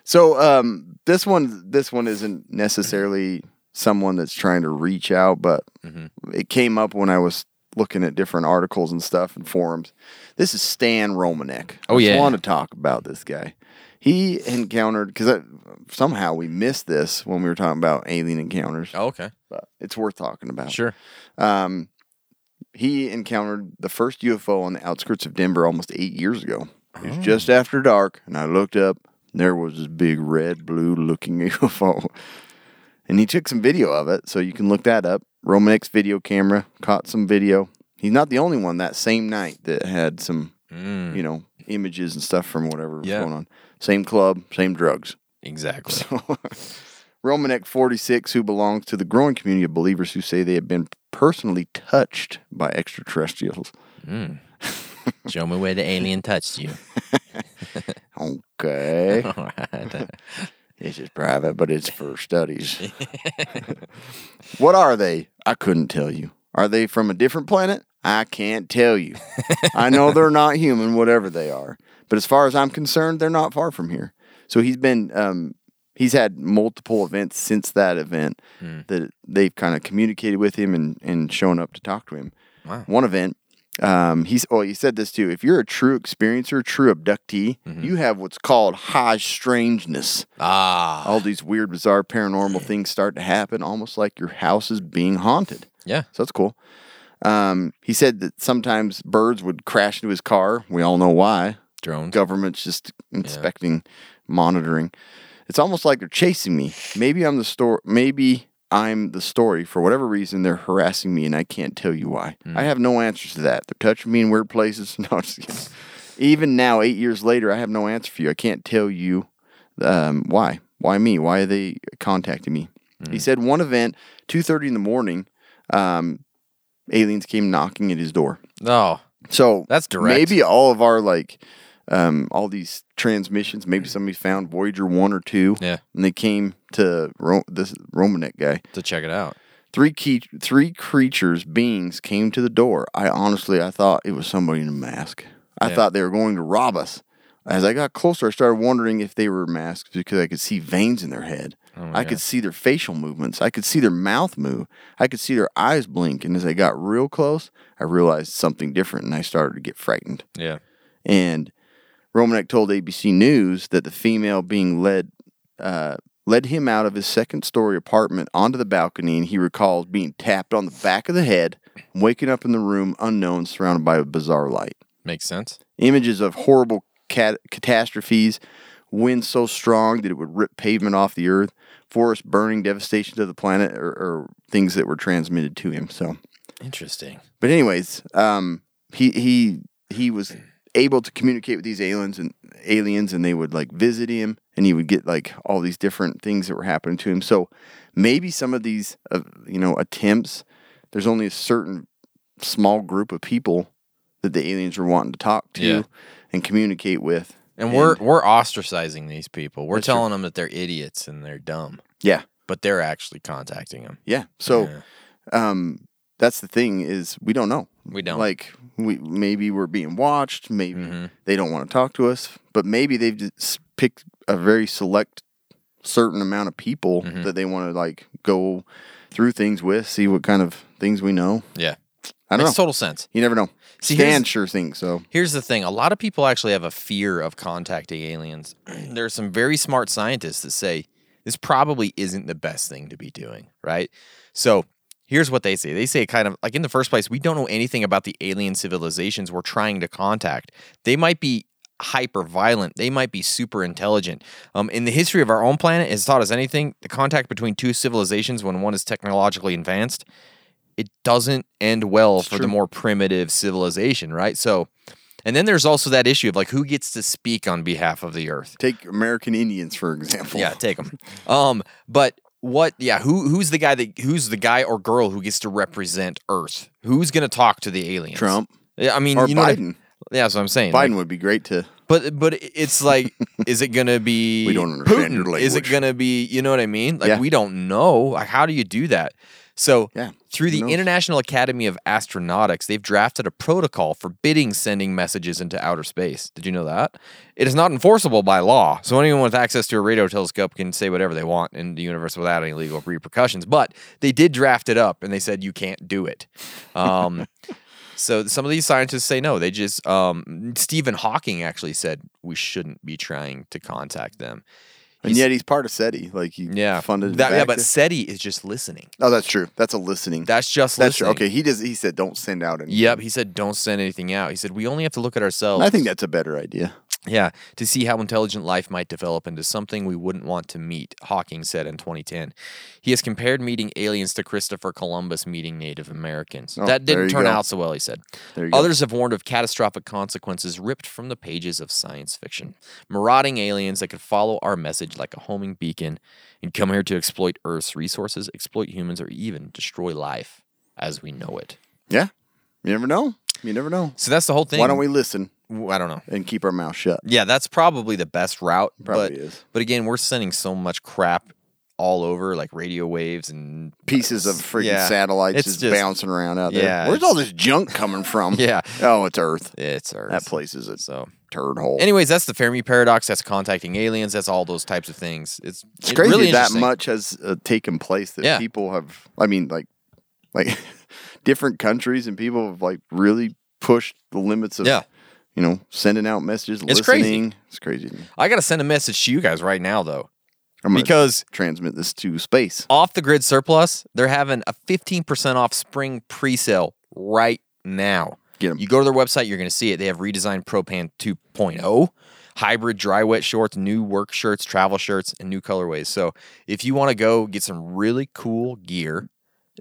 [SPEAKER 5] So um, this one, this one isn't necessarily someone that's trying to reach out, but
[SPEAKER 4] Mm-hmm.
[SPEAKER 5] it came up when I was looking at different articles and stuff and forums. This is Stan Romanek.
[SPEAKER 4] Oh, yeah.
[SPEAKER 5] I want to talk about this guy. He encountered because somehow we missed this when we were talking about alien encounters.
[SPEAKER 4] Oh, okay.
[SPEAKER 5] But it's worth talking about.
[SPEAKER 4] Sure.
[SPEAKER 5] Um, he encountered the first UFO on the outskirts of Denver almost eight years ago. It was just after dark, and I looked up. And there was this big red, blue looking UFO. And he took some video of it, so you can look that up. Romanek's video camera caught some video. He's not the only one that same night that had some,
[SPEAKER 4] Mm,
[SPEAKER 5] you know, images and stuff from whatever was
[SPEAKER 4] Yeah.
[SPEAKER 5] going on. Same club, same drugs.
[SPEAKER 4] Exactly.
[SPEAKER 5] Romanek 46, who belongs to the growing community of believers who say they have been personally touched by extraterrestrials.
[SPEAKER 4] Show me where the alien touched you.
[SPEAKER 5] Okay.
[SPEAKER 4] All right.
[SPEAKER 5] this is private, but it's for studies. what are they? I couldn't tell you. Are they from a different planet? I can't tell you. I know they're not human, whatever they are. But as far as I'm concerned, they're not far from here. So he's been, um, he's had multiple events since that event
[SPEAKER 4] Hmm.
[SPEAKER 5] that they've kind of communicated with him and, and shown up to talk to him. One event, um, he's, oh, he said this too. If you're a true experiencer, true abductee, you have what's called high strangeness
[SPEAKER 4] ah.
[SPEAKER 5] all these weird, bizarre, paranormal things start to happen, almost like your house is being haunted.
[SPEAKER 4] Yeah.
[SPEAKER 5] So that's cool. Um, he said that sometimes birds would crash into his car. We all know why.
[SPEAKER 4] Drones.
[SPEAKER 5] Government's just inspecting, monitoring. It's almost like they're chasing me. Maybe I'm the story. Maybe I'm the story. For whatever reason, they're harassing me, and I can't tell you why. I have no answers to that. They're touching me in weird places. No, I'm just kidding. even now, eight years later, I have no answer for you. I can't tell you um, why. Why me? Why are they contacting me? He said one event, two thirty in the morning, um, aliens came knocking at his door.
[SPEAKER 4] No.
[SPEAKER 5] So
[SPEAKER 4] That's direct.
[SPEAKER 5] Maybe all of our like um, all these transmissions. Maybe somebody found Voyager one or two.
[SPEAKER 4] Yeah.
[SPEAKER 5] and they came to Ro- this Romanek guy.
[SPEAKER 4] To check it out.
[SPEAKER 5] Three key, three creatures, beings came to the door. I honestly, I thought it was somebody in a mask. I thought they were going to rob us. As I got closer, I started wondering if they were masked because I could see veins in their head. I could see their facial movements. I could see their mouth move. I could see their eyes blink. And as I got real close, I realized something different and I started to get frightened.
[SPEAKER 4] Yeah.
[SPEAKER 5] And Romanek told ABC News that the female being led uh, led him out of his second story apartment onto the balcony, and he recalls being tapped on the back of the head, and waking up in the room unknown, surrounded by a bizarre light.
[SPEAKER 4] Makes sense.
[SPEAKER 5] Images of horrible cat- catastrophes, winds so strong that it would rip pavement off the earth, forest burning, devastation to the planet, or, or things that were transmitted to him. So,
[SPEAKER 4] Interesting.
[SPEAKER 5] but anyways, um, he he he was able to communicate with these aliens and aliens, and they would like visit him, and he would get like all these different things that were happening to him. So maybe some of these, uh, you know, attempts. There's only a certain small group of people that the aliens were wanting to talk to
[SPEAKER 4] Yeah.
[SPEAKER 5] and communicate with,
[SPEAKER 4] And we're we're ostracizing these people. We're
[SPEAKER 5] That's true.
[SPEAKER 4] telling them that they're idiots and they're dumb,
[SPEAKER 5] yeah,
[SPEAKER 4] but they're actually contacting them.
[SPEAKER 5] yeah. So
[SPEAKER 4] Yeah.
[SPEAKER 5] um, that's the thing is we don't know.
[SPEAKER 4] We don't. Mm-hmm.
[SPEAKER 5] like we maybe we're being watched. Maybe they don't want to talk to us, but maybe they've just picked a very select certain amount of people
[SPEAKER 4] Mm-hmm.
[SPEAKER 5] that they want to like go through things with, see what kind of things we know.
[SPEAKER 4] Yeah,
[SPEAKER 5] I don't
[SPEAKER 4] makes
[SPEAKER 5] know.
[SPEAKER 4] total sense.
[SPEAKER 5] you never know.
[SPEAKER 4] See,
[SPEAKER 5] Stan
[SPEAKER 4] here's-
[SPEAKER 5] sure thinks so.
[SPEAKER 4] Here's the thing: a lot of people actually have a fear of contacting aliens. there are some very smart scientists that say this probably isn't the best thing to be doing, right? So here's what they say: they say kind of like in the first place, we don't know anything about the alien civilizations we're trying to contact. They might be hyper violent they might be super intelligent um, in the history of our own planet has taught us anything the contact between two civilizations when one is technologically advanced it doesn't end well for the more primitive civilization, right? So, and then there's also that issue of like who gets to speak on behalf of the earth.
[SPEAKER 5] Take American Indians for example.
[SPEAKER 4] Yeah, take them. um, but what? Yeah, who who's the guy that who's the guy or girl who gets to represent Earth? Who's gonna talk to the aliens?
[SPEAKER 5] Trump
[SPEAKER 4] Yeah, I mean,
[SPEAKER 5] or
[SPEAKER 4] you know what I-
[SPEAKER 5] Biden.
[SPEAKER 4] yeah, that's what I'm saying. Like,
[SPEAKER 5] Biden would be great to.
[SPEAKER 4] but but it's like, is it gonna be?
[SPEAKER 5] We don't
[SPEAKER 4] Putin?
[SPEAKER 5] understand your
[SPEAKER 4] Is it
[SPEAKER 5] language.
[SPEAKER 4] gonna be? You know what I mean? Like
[SPEAKER 5] Yeah.
[SPEAKER 4] we don't know. Like how do you do that? So
[SPEAKER 5] Yeah,
[SPEAKER 4] through
[SPEAKER 5] who
[SPEAKER 4] the
[SPEAKER 5] knows?
[SPEAKER 4] International Academy of Astronautics, they've drafted a protocol forbidding sending messages into outer space. Did you know that? It is not enforceable by law, so anyone with access to a radio telescope can say whatever they want in the universe without any legal repercussions. But they did draft it up, and they said you can't do it. Um, so some of these scientists say no. They just um, Stephen Hawking actually said we shouldn't be trying to contact them.
[SPEAKER 5] And yet he's part of SETI. Like he
[SPEAKER 4] Yeah,
[SPEAKER 5] funded. it
[SPEAKER 4] that, yeah,
[SPEAKER 5] back
[SPEAKER 4] but
[SPEAKER 5] to-
[SPEAKER 4] SETI is just listening.
[SPEAKER 5] oh, that's true. That's a listening.
[SPEAKER 4] That's just
[SPEAKER 5] that's true.
[SPEAKER 4] listening.
[SPEAKER 5] Okay, he does. He said, "Don't send out any."
[SPEAKER 4] Yep, he said don't send anything out. He said we only have to look at ourselves.
[SPEAKER 5] I think that's a better idea.
[SPEAKER 4] yeah, to see how intelligent life might develop into something we wouldn't want to meet. Hawking said in 2010, he has compared meeting aliens to Christopher Columbus meeting Native Americans.
[SPEAKER 5] Oh,
[SPEAKER 4] that
[SPEAKER 5] there
[SPEAKER 4] didn't
[SPEAKER 5] you
[SPEAKER 4] turn
[SPEAKER 5] go.
[SPEAKER 4] out so well, he said.
[SPEAKER 5] There you go.
[SPEAKER 4] Others have warned of catastrophic consequences ripped from the pages of science fiction. Marauding aliens that could follow our message like a homing beacon and come here to exploit Earth's resources, exploit humans, or even destroy life as we know it.
[SPEAKER 5] Yeah. You never know. You never know.
[SPEAKER 4] So that's the whole thing.
[SPEAKER 5] Why don't we listen
[SPEAKER 4] I don't know.
[SPEAKER 5] and keep our mouth shut?
[SPEAKER 4] Yeah, that's probably the best route.
[SPEAKER 5] Probably
[SPEAKER 4] but,
[SPEAKER 5] is.
[SPEAKER 4] But again, we're sending so much crap all over, like radio waves and
[SPEAKER 5] Pieces of freaking
[SPEAKER 4] Yeah,
[SPEAKER 5] satellites
[SPEAKER 4] it's
[SPEAKER 5] just,
[SPEAKER 4] just-
[SPEAKER 5] bouncing around out there.
[SPEAKER 4] yeah,
[SPEAKER 5] Where's
[SPEAKER 4] it's-
[SPEAKER 5] all this junk coming from?
[SPEAKER 4] Yeah.
[SPEAKER 5] Oh, it's Earth.
[SPEAKER 4] It's Earth.
[SPEAKER 5] That place is a
[SPEAKER 4] So,
[SPEAKER 5] turd hole.
[SPEAKER 4] anyways, that's the Fermi paradox. That's contacting aliens. That's all those types of things. It's,
[SPEAKER 5] it's crazy
[SPEAKER 4] really
[SPEAKER 5] that
[SPEAKER 4] interesting.
[SPEAKER 5] much has uh, taken place that
[SPEAKER 4] Yeah.
[SPEAKER 5] people have. I mean, like, like different countries and people have like really pushed the limits of.
[SPEAKER 4] Yeah.
[SPEAKER 5] You know, sending out messages,
[SPEAKER 4] It's crazy.
[SPEAKER 5] listening. It's crazy. to me.
[SPEAKER 4] I gotta send a message to you guys right now, though,
[SPEAKER 5] I'm gonna
[SPEAKER 4] because
[SPEAKER 5] transmit this to space.
[SPEAKER 4] off the grid surplus, they're having a 15% off spring pre-sale right now.
[SPEAKER 5] Get 'em.
[SPEAKER 4] You go to their website, you're going to see it. They have redesigned Propan 2.0, oh, hybrid dry wet shorts, new work shirts, travel shirts, and new colorways. So if you want to go get some really cool gear,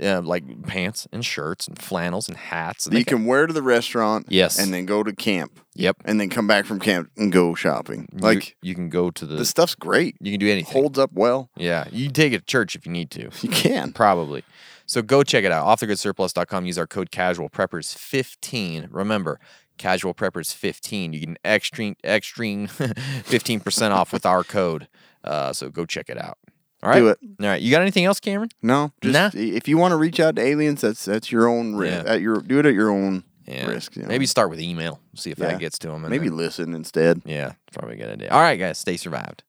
[SPEAKER 4] uh, like pants and shirts and flannels and hats, and
[SPEAKER 5] That
[SPEAKER 4] they
[SPEAKER 5] you can wear to the restaurant.
[SPEAKER 4] Yes.
[SPEAKER 5] And then go to camp.
[SPEAKER 4] yep,
[SPEAKER 5] and then come back from camp and go shopping.
[SPEAKER 4] You-
[SPEAKER 5] Like
[SPEAKER 4] you, can go to the,
[SPEAKER 5] the stuff's great.
[SPEAKER 4] you can do anything.
[SPEAKER 5] Holds up well.
[SPEAKER 4] yeah, you can take it to church if you need to.
[SPEAKER 5] You can.
[SPEAKER 4] Probably. So go check it out. Offthegoodsurplus.com. Use our code casual preppers 15. Remember, casual preppers 15. You get an extreme extreme 15% off with our code. Uh, so go check it out. All right.
[SPEAKER 5] Do it.
[SPEAKER 4] All right. You got anything else, Cameron?
[SPEAKER 5] No, just
[SPEAKER 4] Nah.
[SPEAKER 5] if you want to reach out to aliens, that's that's your own risk.
[SPEAKER 4] Yeah.
[SPEAKER 5] At your do it at your own risk. you know.
[SPEAKER 4] Maybe start with email. See if
[SPEAKER 5] Yeah.
[SPEAKER 4] that gets to them.
[SPEAKER 5] maybe listen instead.
[SPEAKER 4] Yeah, it's probably a good idea. All right, guys. Stay survived.